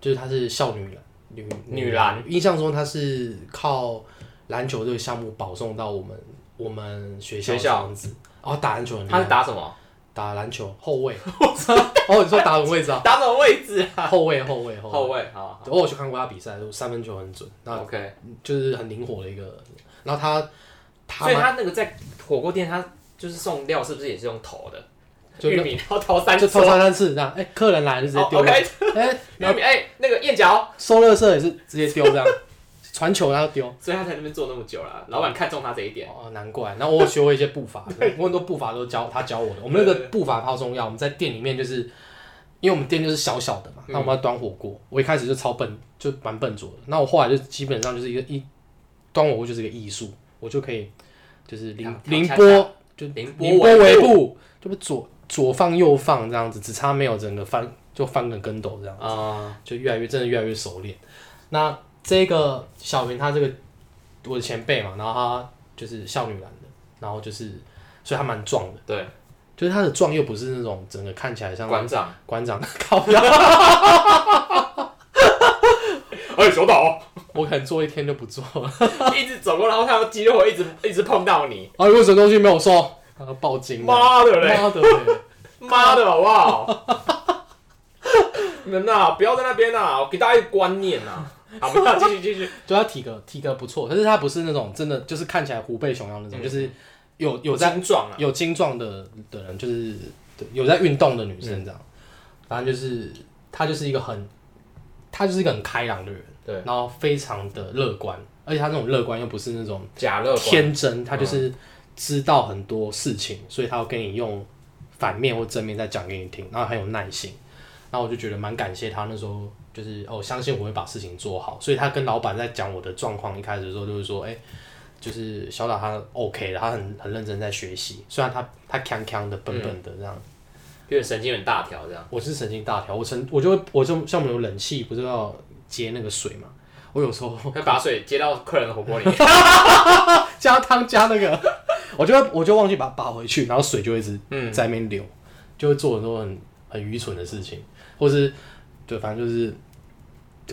[SPEAKER 2] 就是她是校女篮女
[SPEAKER 1] 女篮，
[SPEAKER 2] 印象中她是靠篮球这个项目保送到我们我们学校
[SPEAKER 1] 学
[SPEAKER 2] 这
[SPEAKER 1] 校
[SPEAKER 2] 样子，然后打篮球很厉
[SPEAKER 1] 她是
[SPEAKER 2] 害，
[SPEAKER 1] 打什么？
[SPEAKER 2] 打篮球后 卫，哦，你说打什么位置啊？
[SPEAKER 1] 打什么位置？
[SPEAKER 2] 后卫后卫后
[SPEAKER 1] 后
[SPEAKER 2] 卫，
[SPEAKER 1] 卫，好
[SPEAKER 2] 我有去看过她比赛，就三分球很准，然后
[SPEAKER 1] ，OK。
[SPEAKER 2] 就是很灵活的一个，然后她她
[SPEAKER 1] 所以他那个在火锅店，他就是送料，是不是也是用投的？
[SPEAKER 2] 就
[SPEAKER 1] 玉米，然后投三
[SPEAKER 2] 就
[SPEAKER 1] 球
[SPEAKER 2] 投三三次这样，哎、客人来了就直接
[SPEAKER 1] 哦
[SPEAKER 2] 丢了。
[SPEAKER 1] ，OK。
[SPEAKER 2] 哎、
[SPEAKER 1] 玉米，哎，那个燕饺，
[SPEAKER 2] 收垃圾也是直接丢这样，传球然后丢。
[SPEAKER 1] 所以他在那边做那么久了，老板看中他这一点。
[SPEAKER 2] 哦，难怪。然后我有学会一些 步伐，我很多步伐都教他教我的。我们那
[SPEAKER 1] 对
[SPEAKER 2] 个步伐超重要。我们在店里面就是，因为我们店就是小小的嘛，
[SPEAKER 1] 嗯
[SPEAKER 2] 那我们要端火锅，我一开始就超笨，就蛮笨拙的。那我后来就基本上就是一个一端火锅就是一个艺术，我就可以就是凌
[SPEAKER 1] 跳
[SPEAKER 2] 凌
[SPEAKER 1] 跳恰恰
[SPEAKER 2] 波就
[SPEAKER 1] 凌波
[SPEAKER 2] 凌波
[SPEAKER 1] 微
[SPEAKER 2] 微步，就是左左放右放这样子，只差没有整个翻就翻个跟斗这样。
[SPEAKER 1] 啊，
[SPEAKER 2] 就越来越真的越来越熟练。那这个小云她这个我的前辈嘛，然后她就是校女篮的，然后就是所以她蛮壮的，
[SPEAKER 1] 对，
[SPEAKER 2] 就是她的壮又不是那种整个看起来像
[SPEAKER 1] 馆长，
[SPEAKER 2] 馆长靠 腰，
[SPEAKER 1] 哎，小岛，
[SPEAKER 2] 我可能做一天就不做了。
[SPEAKER 1] 一直走过，然后他的肌肉会一直一直碰到你，
[SPEAKER 2] 啊，如果什么东西没有收，然后报警。啊
[SPEAKER 1] 妈的嘞，
[SPEAKER 2] 妈的嘞！
[SPEAKER 1] 妈的好不好？ 你们呐，不要在那边呐，我给大家一个观念呐。好，我们要继续继续。
[SPEAKER 2] 就她体格体格不错，可是她不是那种真的就是看起来虎背熊腰那种，
[SPEAKER 1] 嗯
[SPEAKER 2] 就是有有在
[SPEAKER 1] 精壮啊，
[SPEAKER 2] 有精壮的的人，就是对有在运动的女生这样，反正就是她就是一个很，她就是一个很开朗的人，
[SPEAKER 1] 对，
[SPEAKER 2] 然后非常的乐观，而且她那种乐观又不是那种
[SPEAKER 1] 假乐观，嗯
[SPEAKER 2] 天真，她就是知道很多事情，所以她要跟你用反面或正面再讲给你听，然后很有耐心，然后我就觉得蛮感谢她那时候。就是哦，相信我会把事情做好，所以她跟老板在讲我的状况，一开始的时候就是说，哎、就是小岛他 OK 的，他很很认真在学习，虽然他他锵锵的笨笨的这
[SPEAKER 1] 嗯
[SPEAKER 2] 样，
[SPEAKER 1] 有点神经有点大条这样。
[SPEAKER 2] 我是神经大条，我神我就会我就像我们有冷气不是要接那个水嘛，我有时候
[SPEAKER 1] 会把水接到客人的火 锅里面，
[SPEAKER 2] 加汤加那个， 我就会我就忘记把它拔回去，然后水就一直
[SPEAKER 1] 嗯
[SPEAKER 2] 在那边流，就会做很多很很愚蠢的事情，或是对，反正就是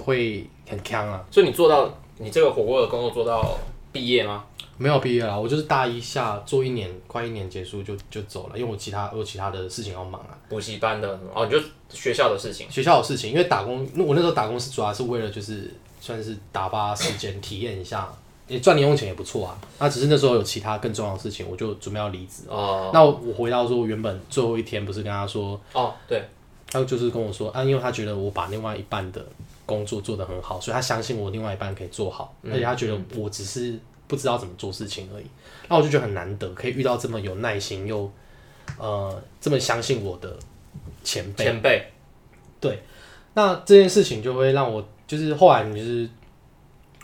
[SPEAKER 2] 会很锵啊，
[SPEAKER 1] 所以你做到你这个火锅的工作做到毕业吗？
[SPEAKER 2] 没有毕业啦，我就是大一下做一年，快一年结束就就走了，因为我其他我有其他的事情要忙啊。
[SPEAKER 1] 补习班的什么哦，你就学校的事情。
[SPEAKER 2] 学校有事情，因为打工，那我那时候打工是主要是为了就是算是打发时间，体验一下，也赚零用钱也不错啊。那只是那时候有其他更重要的事情，我就准备要离职。
[SPEAKER 1] 哦
[SPEAKER 2] 那我我回到说，我原本最后一天不是跟他说，
[SPEAKER 1] 哦，对，
[SPEAKER 2] 他就是跟我说啊，因为他觉得我把另外一半的工作做得很好，所以他相信我另外一半可以做好，而且他觉得我只是不知道怎么做事情而已。那我就觉得很难得，可以遇到这么有耐心又呃这么相信我的前辈。
[SPEAKER 1] 前辈，
[SPEAKER 2] 那这件事情就会让我，就是后来你就是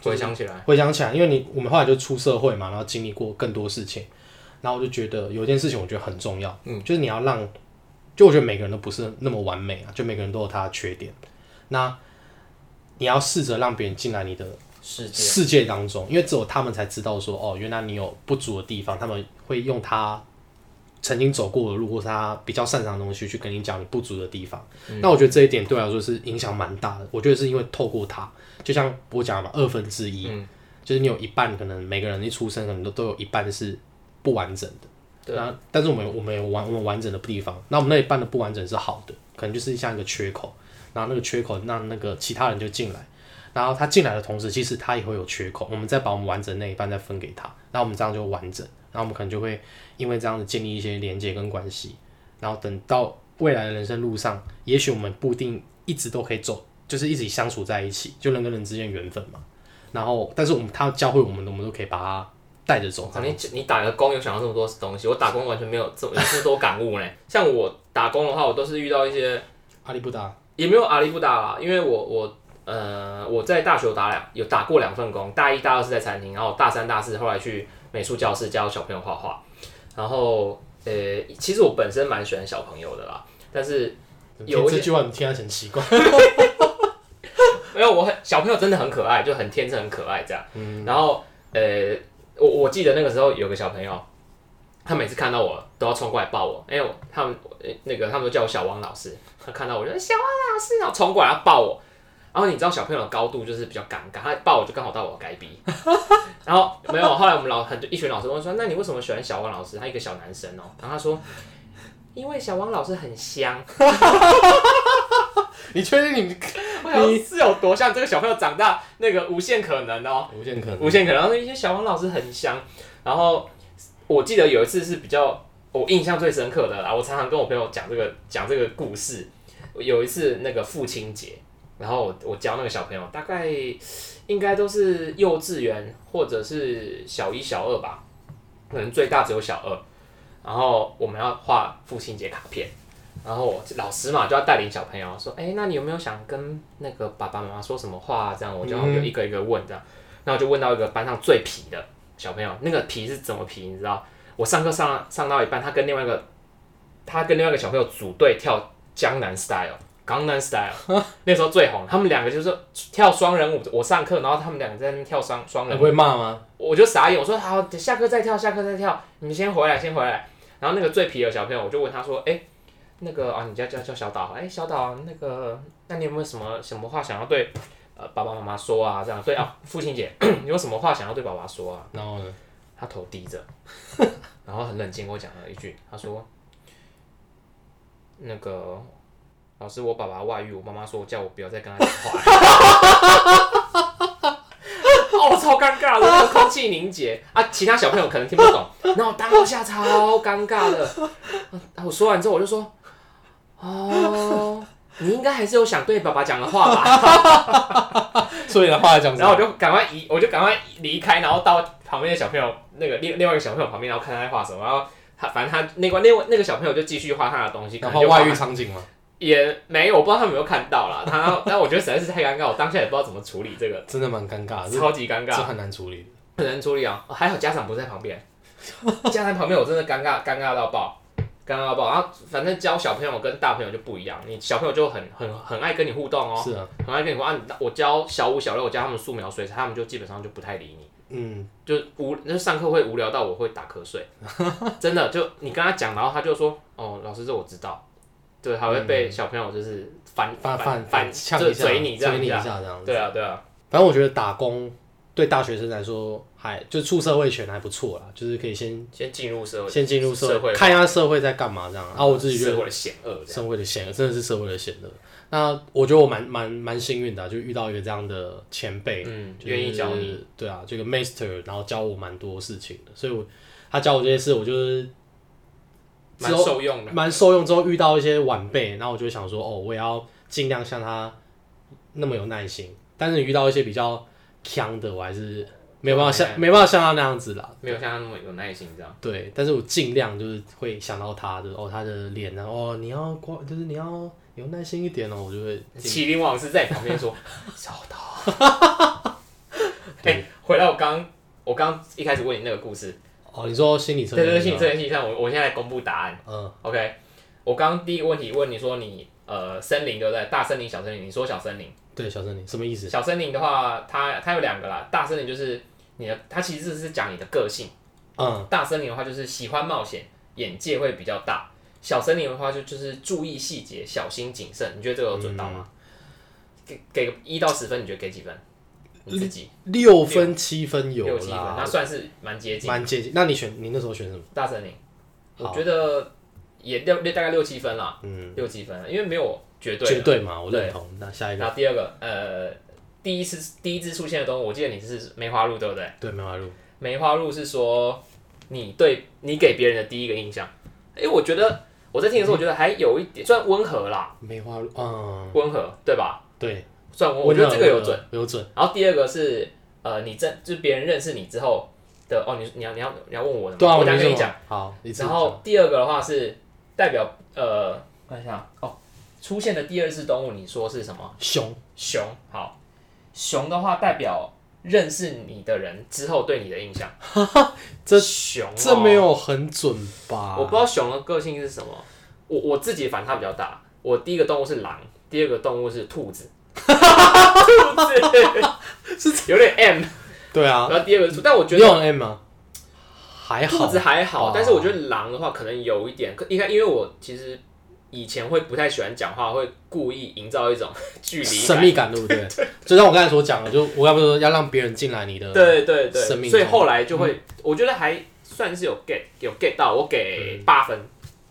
[SPEAKER 1] 回想起来，
[SPEAKER 2] 回想起来，因为你我们后来就出社会嘛，然后经历过更多事情，然后我就觉得有一件事情我觉得很重要，嗯，就是你要让，就我觉得每个人都不是那么完美啊，就每个人都有他的缺点，那你要试着让别人进来你的
[SPEAKER 1] 世界，
[SPEAKER 2] 世界当中，因为只有他们才知道说，哦，原来你有不足的地方，他们会用他曾经走过的路，或是他比较擅长的东西去跟你讲你不足的地方。
[SPEAKER 1] 嗯
[SPEAKER 2] 那我觉得这一点对我来说是影响蛮大的。我觉得是因为透过他，就像我讲的嘛，二分之一，
[SPEAKER 1] 嗯
[SPEAKER 2] 就是你有一半可能每个人一出生可能都都有一半是不完整的。
[SPEAKER 1] 对
[SPEAKER 2] 那但是我们有我们有完我们完整的地方，那我们那一半的不完整是好的，可能就是像一个缺口，然后那个缺口让那个其他人就进来，然后他进来的同时，其实他也会有缺口，我们再把我们完整那一半再分给他，那我们这样就完整，然后我们可能就会因为这样子建立一些连接跟关系，然后等到未来的人生路上，也许我们不一定一直都可以走，就是一直相处在一起，就人跟人之间缘分嘛。然后，但是我们他教会我们的，我们都可以把他带着走。
[SPEAKER 1] 哇哦你你打个工有想到这么多东西，我打工完全没有这么有这么多感悟呢。像我打工的话，我都是遇到一些
[SPEAKER 2] 阿里不达，
[SPEAKER 1] 也没有阿里不达啦，因为我我呃，我在大学有打两有打过两份工，大一大二是在餐厅，然后大三大四后来去美术教室教小朋友画画。然后呃，其实我本身蛮喜欢小朋友的啦，但是有一
[SPEAKER 2] 这句话你听起来很奇怪。
[SPEAKER 1] 没有我很小朋友真的很可爱，就很天真很可爱这样。然后呃，我我记得那个时候有个小朋友。他每次看到我都要冲过来抱我，因为我他们呃那个他们都叫我小王老师，他看到我就说小王老师，然后冲过来要抱我，然后你知道小朋友的高度就是比较尴尬，他抱我就刚好到我的该鼻， 然后没有，后来我们老很多一群老师问说，那你为什么喜欢小王老师？他一个小男生哦、然后他说，因为小王老师很香，
[SPEAKER 2] 你确定你
[SPEAKER 1] 我想说是有多像这个小朋友长大那个无限可能哦、
[SPEAKER 2] 无限可 能？
[SPEAKER 1] 无限可能。然后那些小王老师很香。然后我记得有一次是比较我印象最深刻的啦，我常常跟我朋友讲这个讲这个故事。有一次那个父亲节，然后我我教那个小朋友，大概应该都是幼稚园或者是小一小二吧，可能最大只有小二。然后我们要画父亲节卡片，然后我老师嘛就要带领小朋友说，哎，那你有没有想跟那个爸爸妈妈说什么话、这样我就要
[SPEAKER 2] 嗯
[SPEAKER 1] 一个一个问这样，然后就问到一个班上最皮的小朋友，那个皮是怎么皮？你知道？我上课上上到一半，他跟另外一个他跟另外一个小朋友组队跳江南 style。江南 style 那时候最红，他们两个就是跳双人舞。我上课，然后他们两个在那边跳双双
[SPEAKER 2] 你
[SPEAKER 1] 人舞
[SPEAKER 2] 啊不，会骂吗？
[SPEAKER 1] 我就傻眼，我说好，等下课再跳，下课再跳，你们先回来，先回来。然后那个最皮的小朋友，我就问他说，哎、那个啊，你叫叫叫小岛，哎、小岛，那个，那你有没有什么什么话想要对呃爸爸妈妈说啊？这样对啊，父亲节， 你有什么话想要对爸爸说啊？
[SPEAKER 2] 然后呢？
[SPEAKER 1] 他头低着，然后很冷静跟我讲了一句，他说：“那个老师，我爸爸外遇，我妈妈说叫我不要再跟他讲话。” 哦，超尴尬的，那个空气凝结啊！其他小朋友可能听不懂，然后当下超尴尬的。啊我说完之后，我就说：“哦，你应该还是有想对爸爸讲的话吧？”
[SPEAKER 2] 所以的话来讲什么，
[SPEAKER 1] 然后我就赶快移，我就赶快离开，然后到旁边的小朋友那个另另外一个小朋友旁边，然后看他在画什么，然后他反正他那个那位那个小朋友就继续画他的东西，
[SPEAKER 2] 然
[SPEAKER 1] 可
[SPEAKER 2] 后
[SPEAKER 1] 能就画
[SPEAKER 2] 外遇场景嘛，
[SPEAKER 1] 也没有，我不知道他有没有看到啦。他但我觉得实在是太尴尬，我当下也不知道怎么处理这个，
[SPEAKER 2] 真的蛮尴尬的，这
[SPEAKER 1] 超级尴
[SPEAKER 2] 这
[SPEAKER 1] 尬，
[SPEAKER 2] 很难啊处理。
[SPEAKER 1] 很难处理啊。哦还好家长不在旁边，家长旁边我真的尴尬尴尬到爆。尴尬到爆，然后反正教小朋友跟大朋友就不一样，你小朋友就很很很爱跟你互动哦，
[SPEAKER 2] 是啊，
[SPEAKER 1] 很爱跟你互动。啊、你我教小五、小六，我教他们素描、水彩，他们就基本上就不太理你。
[SPEAKER 2] 嗯，
[SPEAKER 1] 就无就上课会无聊到我会打瞌睡，真的就你跟他讲，然后他就说哦，老师这我知道，对，还会被小朋友就是反
[SPEAKER 2] 嗯反
[SPEAKER 1] 反
[SPEAKER 2] 反
[SPEAKER 1] 反
[SPEAKER 2] 呛
[SPEAKER 1] 就
[SPEAKER 2] 一下，
[SPEAKER 1] 嘴你这样
[SPEAKER 2] 嘴你一
[SPEAKER 1] 子啊，
[SPEAKER 2] 下这样子。
[SPEAKER 1] 对啊对啊，
[SPEAKER 2] 反正我觉得打工对大学生来说还就出社会前还不错啦，就是可以先
[SPEAKER 1] 先进入社会，
[SPEAKER 2] 先进入
[SPEAKER 1] 社
[SPEAKER 2] 社
[SPEAKER 1] 会
[SPEAKER 2] 会，看一下社会在干嘛这样。啊，我自己觉得
[SPEAKER 1] 社会的险恶这样，
[SPEAKER 2] 社会的险恶，真的是社会的险恶。那我觉得我蛮蛮蛮幸运的啊、就遇到一个这样的前辈，
[SPEAKER 1] 嗯，
[SPEAKER 2] 就是
[SPEAKER 1] 愿意教你，
[SPEAKER 2] 对啊，这个 master，然后教我蛮多事情的，所以我他教我这些事，我就是
[SPEAKER 1] 蛮受用的，
[SPEAKER 2] 蛮受用。之后遇到一些晚辈，然后我就想说，哦，我也要尽量像他那么有耐心。但是你遇到一些比较强的，我还是没有办法像没办法像他那样子啦。
[SPEAKER 1] 没有像他那么有耐心这样，
[SPEAKER 2] 对，但是我尽量就是会想到他的哦，他的脸啊，哦，你要光就是你要有耐心一点哦，我就会尽
[SPEAKER 1] 麒麟往事在你旁 边说，找到，
[SPEAKER 2] 对
[SPEAKER 1] 哎，回到我刚我刚一开始问你那个故事，
[SPEAKER 2] 哦，你说心理测
[SPEAKER 1] 对
[SPEAKER 2] 验
[SPEAKER 1] 对对，
[SPEAKER 2] 那个，
[SPEAKER 1] 心理测验系上，我我现在来公布答案。
[SPEAKER 2] 嗯，
[SPEAKER 1] OK，我刚刚第一个问题问你说你呃森林对不对？大森林、小森林，你说小森林，
[SPEAKER 2] 对，小森林什么意思？
[SPEAKER 1] 小森林的话，它它有两个啦。大森林就是你的，它其实是讲你的个性；
[SPEAKER 2] 嗯，
[SPEAKER 1] 大森林的话就是喜欢冒险，眼界会比较大；小森林的话就就是注意细节，小心谨慎。你觉得这个有准到吗？
[SPEAKER 2] 嗯
[SPEAKER 1] 给给个一到十分，你觉得给几分？你自己
[SPEAKER 2] 六分七分嗯有
[SPEAKER 1] 六七分，那
[SPEAKER 2] 啦，
[SPEAKER 1] 算是蛮接近。
[SPEAKER 2] 蛮接近。那你选你那时候选什么？
[SPEAKER 1] 大森林，我
[SPEAKER 2] 好
[SPEAKER 1] 觉得也六六大概六七分啦，
[SPEAKER 2] 嗯，
[SPEAKER 1] 六七分，因为没有绝对
[SPEAKER 2] 绝对嘛，我
[SPEAKER 1] 对
[SPEAKER 2] 认同。那下一个
[SPEAKER 1] 然后第二个，呃，第一次第一次出现的动物，我记得你是梅花鹿，对不对？
[SPEAKER 2] 对梅花鹿，
[SPEAKER 1] 梅花鹿是说你对你给别人的第一个印象。哎，我觉得我在听的时候，我觉得还有一点算温和啦，
[SPEAKER 2] 梅花鹿，嗯，
[SPEAKER 1] 温和对吧？
[SPEAKER 2] 对，
[SPEAKER 1] 算温，我觉得这个有准。
[SPEAKER 2] 温柔，有准。
[SPEAKER 1] 然后第二个是呃，你真就是别人认识你之后的哦，你你要你要你要问我的吗？
[SPEAKER 2] 对啊，
[SPEAKER 1] 我
[SPEAKER 2] 没
[SPEAKER 1] 想跟你
[SPEAKER 2] 什么
[SPEAKER 1] 讲。，
[SPEAKER 2] 好，你自己
[SPEAKER 1] 然后第二个的话是代表呃，看一下哦，出现的第二只动物，你说是什么？
[SPEAKER 2] 讲熊，
[SPEAKER 1] 熊，好，熊的话代表认识你的人之后对你的印象。
[SPEAKER 2] 这
[SPEAKER 1] 熊、哦、哦
[SPEAKER 2] 这没，有很准吧？
[SPEAKER 1] 我不知道熊的个性是什么。我我自己反差比较大，我第一个动物是狼，第二个动物是兔 子。兔子是有点 M，
[SPEAKER 2] 对啊，
[SPEAKER 1] 然后第二个是兔，但我觉
[SPEAKER 2] 你有
[SPEAKER 1] 得
[SPEAKER 2] M 吗？还
[SPEAKER 1] 兔
[SPEAKER 2] 好
[SPEAKER 1] 子，还好，
[SPEAKER 2] 吧
[SPEAKER 1] 但是我觉得狼的话可能有一点，可应该因为我其实以前会不太喜欢讲话，会故意营造一种 距离
[SPEAKER 2] 神秘感对 不对？就像我刚才所讲的，就我刚才说要让别人进来你的，
[SPEAKER 1] 对对
[SPEAKER 2] 生
[SPEAKER 1] 对，
[SPEAKER 2] 命
[SPEAKER 1] 所以
[SPEAKER 2] 中嗯
[SPEAKER 1] 后来就会，我觉得还算是有 get 有 get 到，我给八分。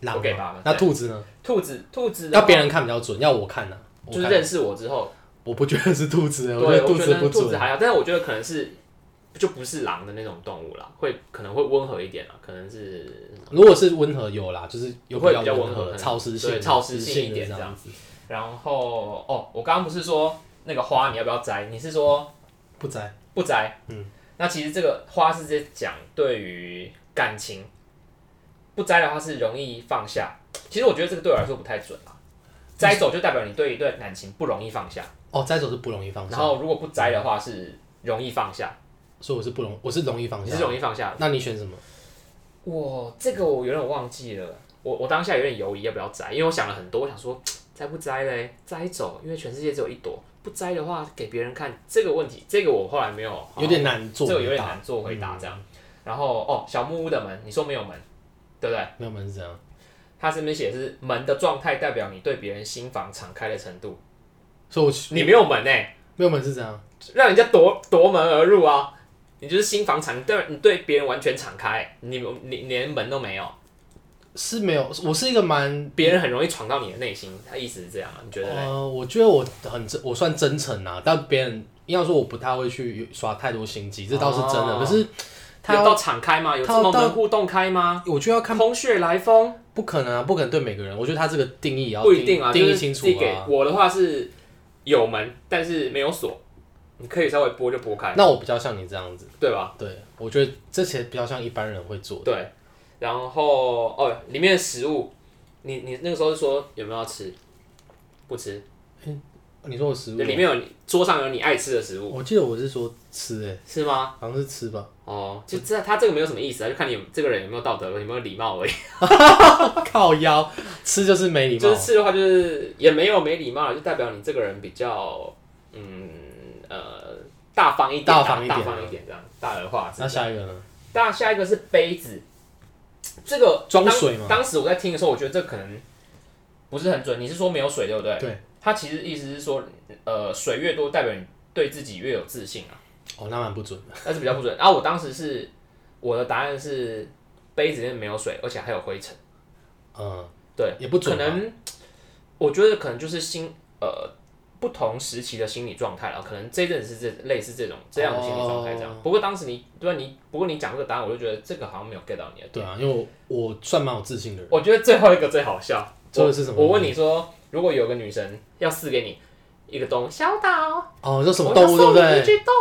[SPEAKER 2] 狼
[SPEAKER 1] 我给八
[SPEAKER 2] 嘛
[SPEAKER 1] 分。
[SPEAKER 2] 那
[SPEAKER 1] 对
[SPEAKER 2] 兔子呢？
[SPEAKER 1] 兔子兔子的
[SPEAKER 2] 要
[SPEAKER 1] 话，
[SPEAKER 2] 嗯别人看比较准，要我看呢？我
[SPEAKER 1] 就是
[SPEAKER 2] 看
[SPEAKER 1] 认识我之后，
[SPEAKER 2] 我不觉得是兔子，欸
[SPEAKER 1] 对
[SPEAKER 2] 我觉得
[SPEAKER 1] 我
[SPEAKER 2] 兔
[SPEAKER 1] 觉
[SPEAKER 2] 子
[SPEAKER 1] 得
[SPEAKER 2] 不
[SPEAKER 1] 兔子
[SPEAKER 2] 准。
[SPEAKER 1] 还好，但是我觉得可能是就不是狼的那种动物啦，会可能会温和一点啦，啊可能是
[SPEAKER 2] 如果是温和有啦，就是有
[SPEAKER 1] 会
[SPEAKER 2] 比
[SPEAKER 1] 比较
[SPEAKER 2] 温
[SPEAKER 1] 温和
[SPEAKER 2] 潮湿
[SPEAKER 1] 对
[SPEAKER 2] 性、
[SPEAKER 1] 潮湿性
[SPEAKER 2] 性
[SPEAKER 1] 一
[SPEAKER 2] 的
[SPEAKER 1] 点
[SPEAKER 2] 这
[SPEAKER 1] 这
[SPEAKER 2] 样
[SPEAKER 1] 样
[SPEAKER 2] 子。
[SPEAKER 1] 然后哦，我刚刚不是说那个花你要不要摘？你是说
[SPEAKER 2] 不摘，
[SPEAKER 1] 不摘？
[SPEAKER 2] 嗯，
[SPEAKER 1] 那其实这个花是在讲对于感情，不摘的话是容易放下。其实我觉得这个对我来说不太准啊，摘走就代表你对一段感情不容易放下，
[SPEAKER 2] 哦，摘走是不容易放
[SPEAKER 1] 然
[SPEAKER 2] 下，
[SPEAKER 1] 后如果不摘的话是容易放下，
[SPEAKER 2] 所以我是不容，我是容易放
[SPEAKER 1] 你
[SPEAKER 2] 下
[SPEAKER 1] 是。容易放下的。
[SPEAKER 2] 那你选什么？
[SPEAKER 1] 哇，这个我有点忘记了，我我当下有点犹豫要不要摘，因为我想了很多，我想说摘不摘嘞，摘走，因为全世界只有一朵，不摘的话给别人看，这个问题，这个我后来没有，好
[SPEAKER 2] 有点难做
[SPEAKER 1] 哦这个
[SPEAKER 2] 回答，嗯
[SPEAKER 1] 有点难做回答这样。然后哦，小木屋的门，你说没有门，对不对？
[SPEAKER 2] 没有门是这样，
[SPEAKER 1] 它这边写的是门的状态代表你对别人心房敞开的程度，
[SPEAKER 2] 所以我
[SPEAKER 1] 你没有门呢、
[SPEAKER 2] 嗯没有门欸是这样。
[SPEAKER 1] 让人家夺夺门而入啊！你就是心房敞，对，你对别人完全敞开、你你你连门都没有。
[SPEAKER 2] 是没有，我是一个蛮
[SPEAKER 1] 别人很容易闯到你的内心，他意思是这样啊，你觉得嘞？
[SPEAKER 2] 呃，我觉得我很真，我算真诚啊，但别人要说我不太会去耍太多心机，这倒是真的。
[SPEAKER 1] 哦
[SPEAKER 2] 可是他
[SPEAKER 1] 有
[SPEAKER 2] 要
[SPEAKER 1] 到敞开吗？有这
[SPEAKER 2] 他要
[SPEAKER 1] 么
[SPEAKER 2] 到
[SPEAKER 1] 门户洞开吗？
[SPEAKER 2] 我就要看，
[SPEAKER 1] 空穴来风
[SPEAKER 2] 不可能啊，不可能对每个人。我觉得他这个定义也要
[SPEAKER 1] 不一定啊，
[SPEAKER 2] 定
[SPEAKER 1] 就
[SPEAKER 2] 义
[SPEAKER 1] 是
[SPEAKER 2] 清楚
[SPEAKER 1] 自己给
[SPEAKER 2] 啊。
[SPEAKER 1] 我的话是有门，但是没有锁，你可以稍微拨就拨开，
[SPEAKER 2] 那我比较像你这样子，
[SPEAKER 1] 对吧？
[SPEAKER 2] 对我觉得这些比较像一般人会做的。
[SPEAKER 1] 对。然后哦，里面的食物，你你那个时候是说有没有要吃？不吃，
[SPEAKER 2] 你说我食物
[SPEAKER 1] 对，，里面有你桌上有你爱吃的食物，
[SPEAKER 2] 我记得我是说吃、欸，
[SPEAKER 1] 是吗？
[SPEAKER 2] 好像是吃吧。
[SPEAKER 1] 哦，就这他这个没有什么意思啊，就看你有这个人有没有道德，有没有礼貌而已。
[SPEAKER 2] 靠腰，吃就是没礼貌。
[SPEAKER 1] 就是吃的话，就是也没有没礼貌，啊就代表你这个人比较，嗯呃，大方一点啊，
[SPEAKER 2] 大方一点啊
[SPEAKER 1] 大方一点这样，大而化之
[SPEAKER 2] 那。下一个呢？
[SPEAKER 1] 那下一个是杯子，这个
[SPEAKER 2] 装
[SPEAKER 1] 当
[SPEAKER 2] 水吗
[SPEAKER 1] 当时我在听的时候，我觉得这可能不是很准。你是说没有水对不对？
[SPEAKER 2] 对。
[SPEAKER 1] 它其实意思是说，呃，水越多，代表你对自己越有自信啊，
[SPEAKER 2] 哦，那蛮不准的。
[SPEAKER 1] 但是比较不准。啊，我当时是我的答案是杯子里面没有水，而且还有灰尘。
[SPEAKER 2] 嗯，
[SPEAKER 1] 对，
[SPEAKER 2] 也不准啊
[SPEAKER 1] 可能我觉得可能就是心呃不同时期的心理状态了，可能这一阵子是这类似这种这样的心理状态这
[SPEAKER 2] 哦
[SPEAKER 1] 样。不过当时你对吧你不过你讲这个答案，我就觉得这个好像没有 get 到你的。
[SPEAKER 2] 对啊，因为我我算蛮有自信的人。
[SPEAKER 1] 我觉得最后一个最好笑，
[SPEAKER 2] 这个是什么
[SPEAKER 1] 我？我问你说，如果有个女神要赐给你一个动物，小岛，
[SPEAKER 2] 哦，这什么动物对不
[SPEAKER 1] 我要送你
[SPEAKER 2] 对
[SPEAKER 1] 一？只动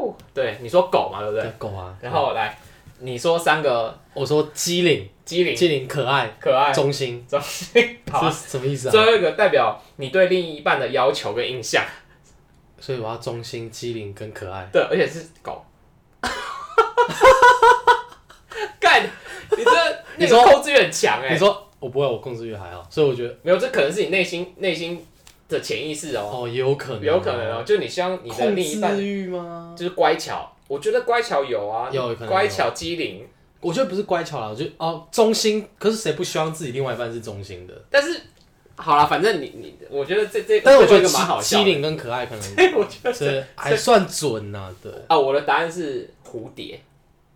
[SPEAKER 1] 物，对，你说狗嘛，对不对？
[SPEAKER 2] 对狗啊，
[SPEAKER 1] 然后来你说三个
[SPEAKER 2] 我说机灵，
[SPEAKER 1] 机灵、
[SPEAKER 2] 机灵可爱，
[SPEAKER 1] 可爱、
[SPEAKER 2] 中心，
[SPEAKER 1] 中性，好啊
[SPEAKER 2] 这。是什么意思
[SPEAKER 1] 最
[SPEAKER 2] 啊？
[SPEAKER 1] 后一个代表你对另一半的要求跟印象，
[SPEAKER 2] 所以我要中心、机灵跟可爱。
[SPEAKER 1] 对，而且是狗。 干，你这
[SPEAKER 2] 你
[SPEAKER 1] 那
[SPEAKER 2] 说
[SPEAKER 1] 个控制欲很强哎、
[SPEAKER 2] 你说我不会，我控制欲还好，所以我觉得
[SPEAKER 1] 没有，这可能是你内心内心的潜意识哦，
[SPEAKER 2] 哦，也有可能，
[SPEAKER 1] 有可能哦，，就你希望你的
[SPEAKER 2] 控
[SPEAKER 1] 另一半
[SPEAKER 2] 制欲吗？
[SPEAKER 1] 就是乖巧，我觉得乖巧有啊，
[SPEAKER 2] 有可能有
[SPEAKER 1] 乖巧机灵，
[SPEAKER 2] 我觉得不是乖巧啦，我觉得哦，中心。可是谁不希望自己另外一半是中心的？
[SPEAKER 1] 但是好啦，反正你你，我觉得这这，
[SPEAKER 2] 但是我觉
[SPEAKER 1] 这
[SPEAKER 2] 得
[SPEAKER 1] 个蛮好
[SPEAKER 2] 机
[SPEAKER 1] 笑
[SPEAKER 2] 机
[SPEAKER 1] 的，
[SPEAKER 2] 灵跟可爱可能
[SPEAKER 1] 我觉得
[SPEAKER 2] 这还算准呐、对，
[SPEAKER 1] 啊，我的答案是蝴蝶，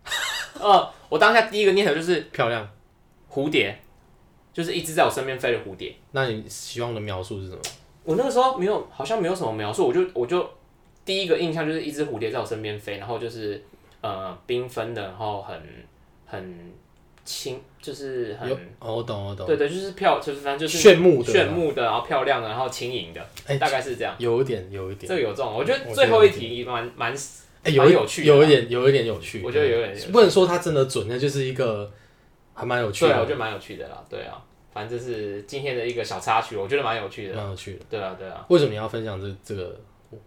[SPEAKER 1] 呃，我当下第一个念头就是
[SPEAKER 2] 漂亮。
[SPEAKER 1] 蝴蝶，就是一直在我身边飞的蝴蝶。
[SPEAKER 2] 那你希望的描述是什么？
[SPEAKER 1] 我那个时候没有，好像没有什么描述，我就我就第一个印象就是一只蝴蝶在我身边飞，然后就是呃缤纷的，然后很很轻，就是很
[SPEAKER 2] 有哦，我懂，我懂，
[SPEAKER 1] 对对，就是漂，就是反正就是
[SPEAKER 2] 炫目的，
[SPEAKER 1] 炫目的，然后漂亮的，然后轻盈的，
[SPEAKER 2] 哎
[SPEAKER 1] 大概是这样。
[SPEAKER 2] 有一点，有一点，
[SPEAKER 1] 这个有这种，我觉
[SPEAKER 2] 我觉
[SPEAKER 1] 得
[SPEAKER 2] 得
[SPEAKER 1] 最后一题蛮蛮，
[SPEAKER 2] 哎、
[SPEAKER 1] 蛮
[SPEAKER 2] 有一
[SPEAKER 1] 有趣的啊
[SPEAKER 2] 有一点，有一点有趣。嗯
[SPEAKER 1] 我觉得有点有趣
[SPEAKER 2] 不能说它真的准，那就是一个还蛮有趣
[SPEAKER 1] 对啊，我
[SPEAKER 2] 的，
[SPEAKER 1] 觉得蛮有趣的啦，对啊，反正这是今天的一个小啊插曲，我觉得蛮有趣的，
[SPEAKER 2] 蛮有趣的。
[SPEAKER 1] 对啊对啊。
[SPEAKER 2] 为什么你要分享这这个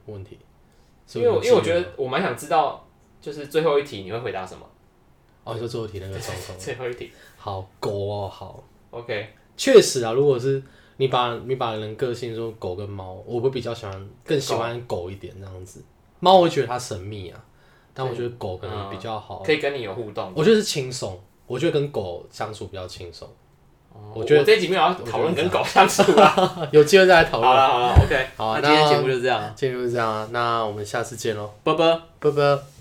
[SPEAKER 2] 问题？
[SPEAKER 1] 因为我因为我觉得我蛮想知道，就是最后一题你会回答什么？
[SPEAKER 2] 哦，你说最后题那个状况，
[SPEAKER 1] 最后一题
[SPEAKER 2] 好狗哦，好。
[SPEAKER 1] ，OK，
[SPEAKER 2] 确实啊，如果是你把你把人个性说狗跟猫，我会比较喜欢更喜欢狗一点这样子。猫我会觉得它神秘啊，但我觉得狗可
[SPEAKER 1] 嗯
[SPEAKER 2] 能比较好。
[SPEAKER 1] 可以跟你有互动。
[SPEAKER 2] 我觉得是轻松，我觉得跟狗相处比较轻松。
[SPEAKER 1] 哦
[SPEAKER 2] 我觉得
[SPEAKER 1] 我这一集没有要讨论跟狗相处啊。
[SPEAKER 2] 有机会再来 讨
[SPEAKER 1] 好
[SPEAKER 2] 论。
[SPEAKER 1] 了好了，OK，
[SPEAKER 2] 好啊
[SPEAKER 1] 那今天
[SPEAKER 2] 那
[SPEAKER 1] 节目就这样了，
[SPEAKER 2] 今天就是这样啊，那我们下次见喽，
[SPEAKER 1] 拜拜。
[SPEAKER 2] 拜拜。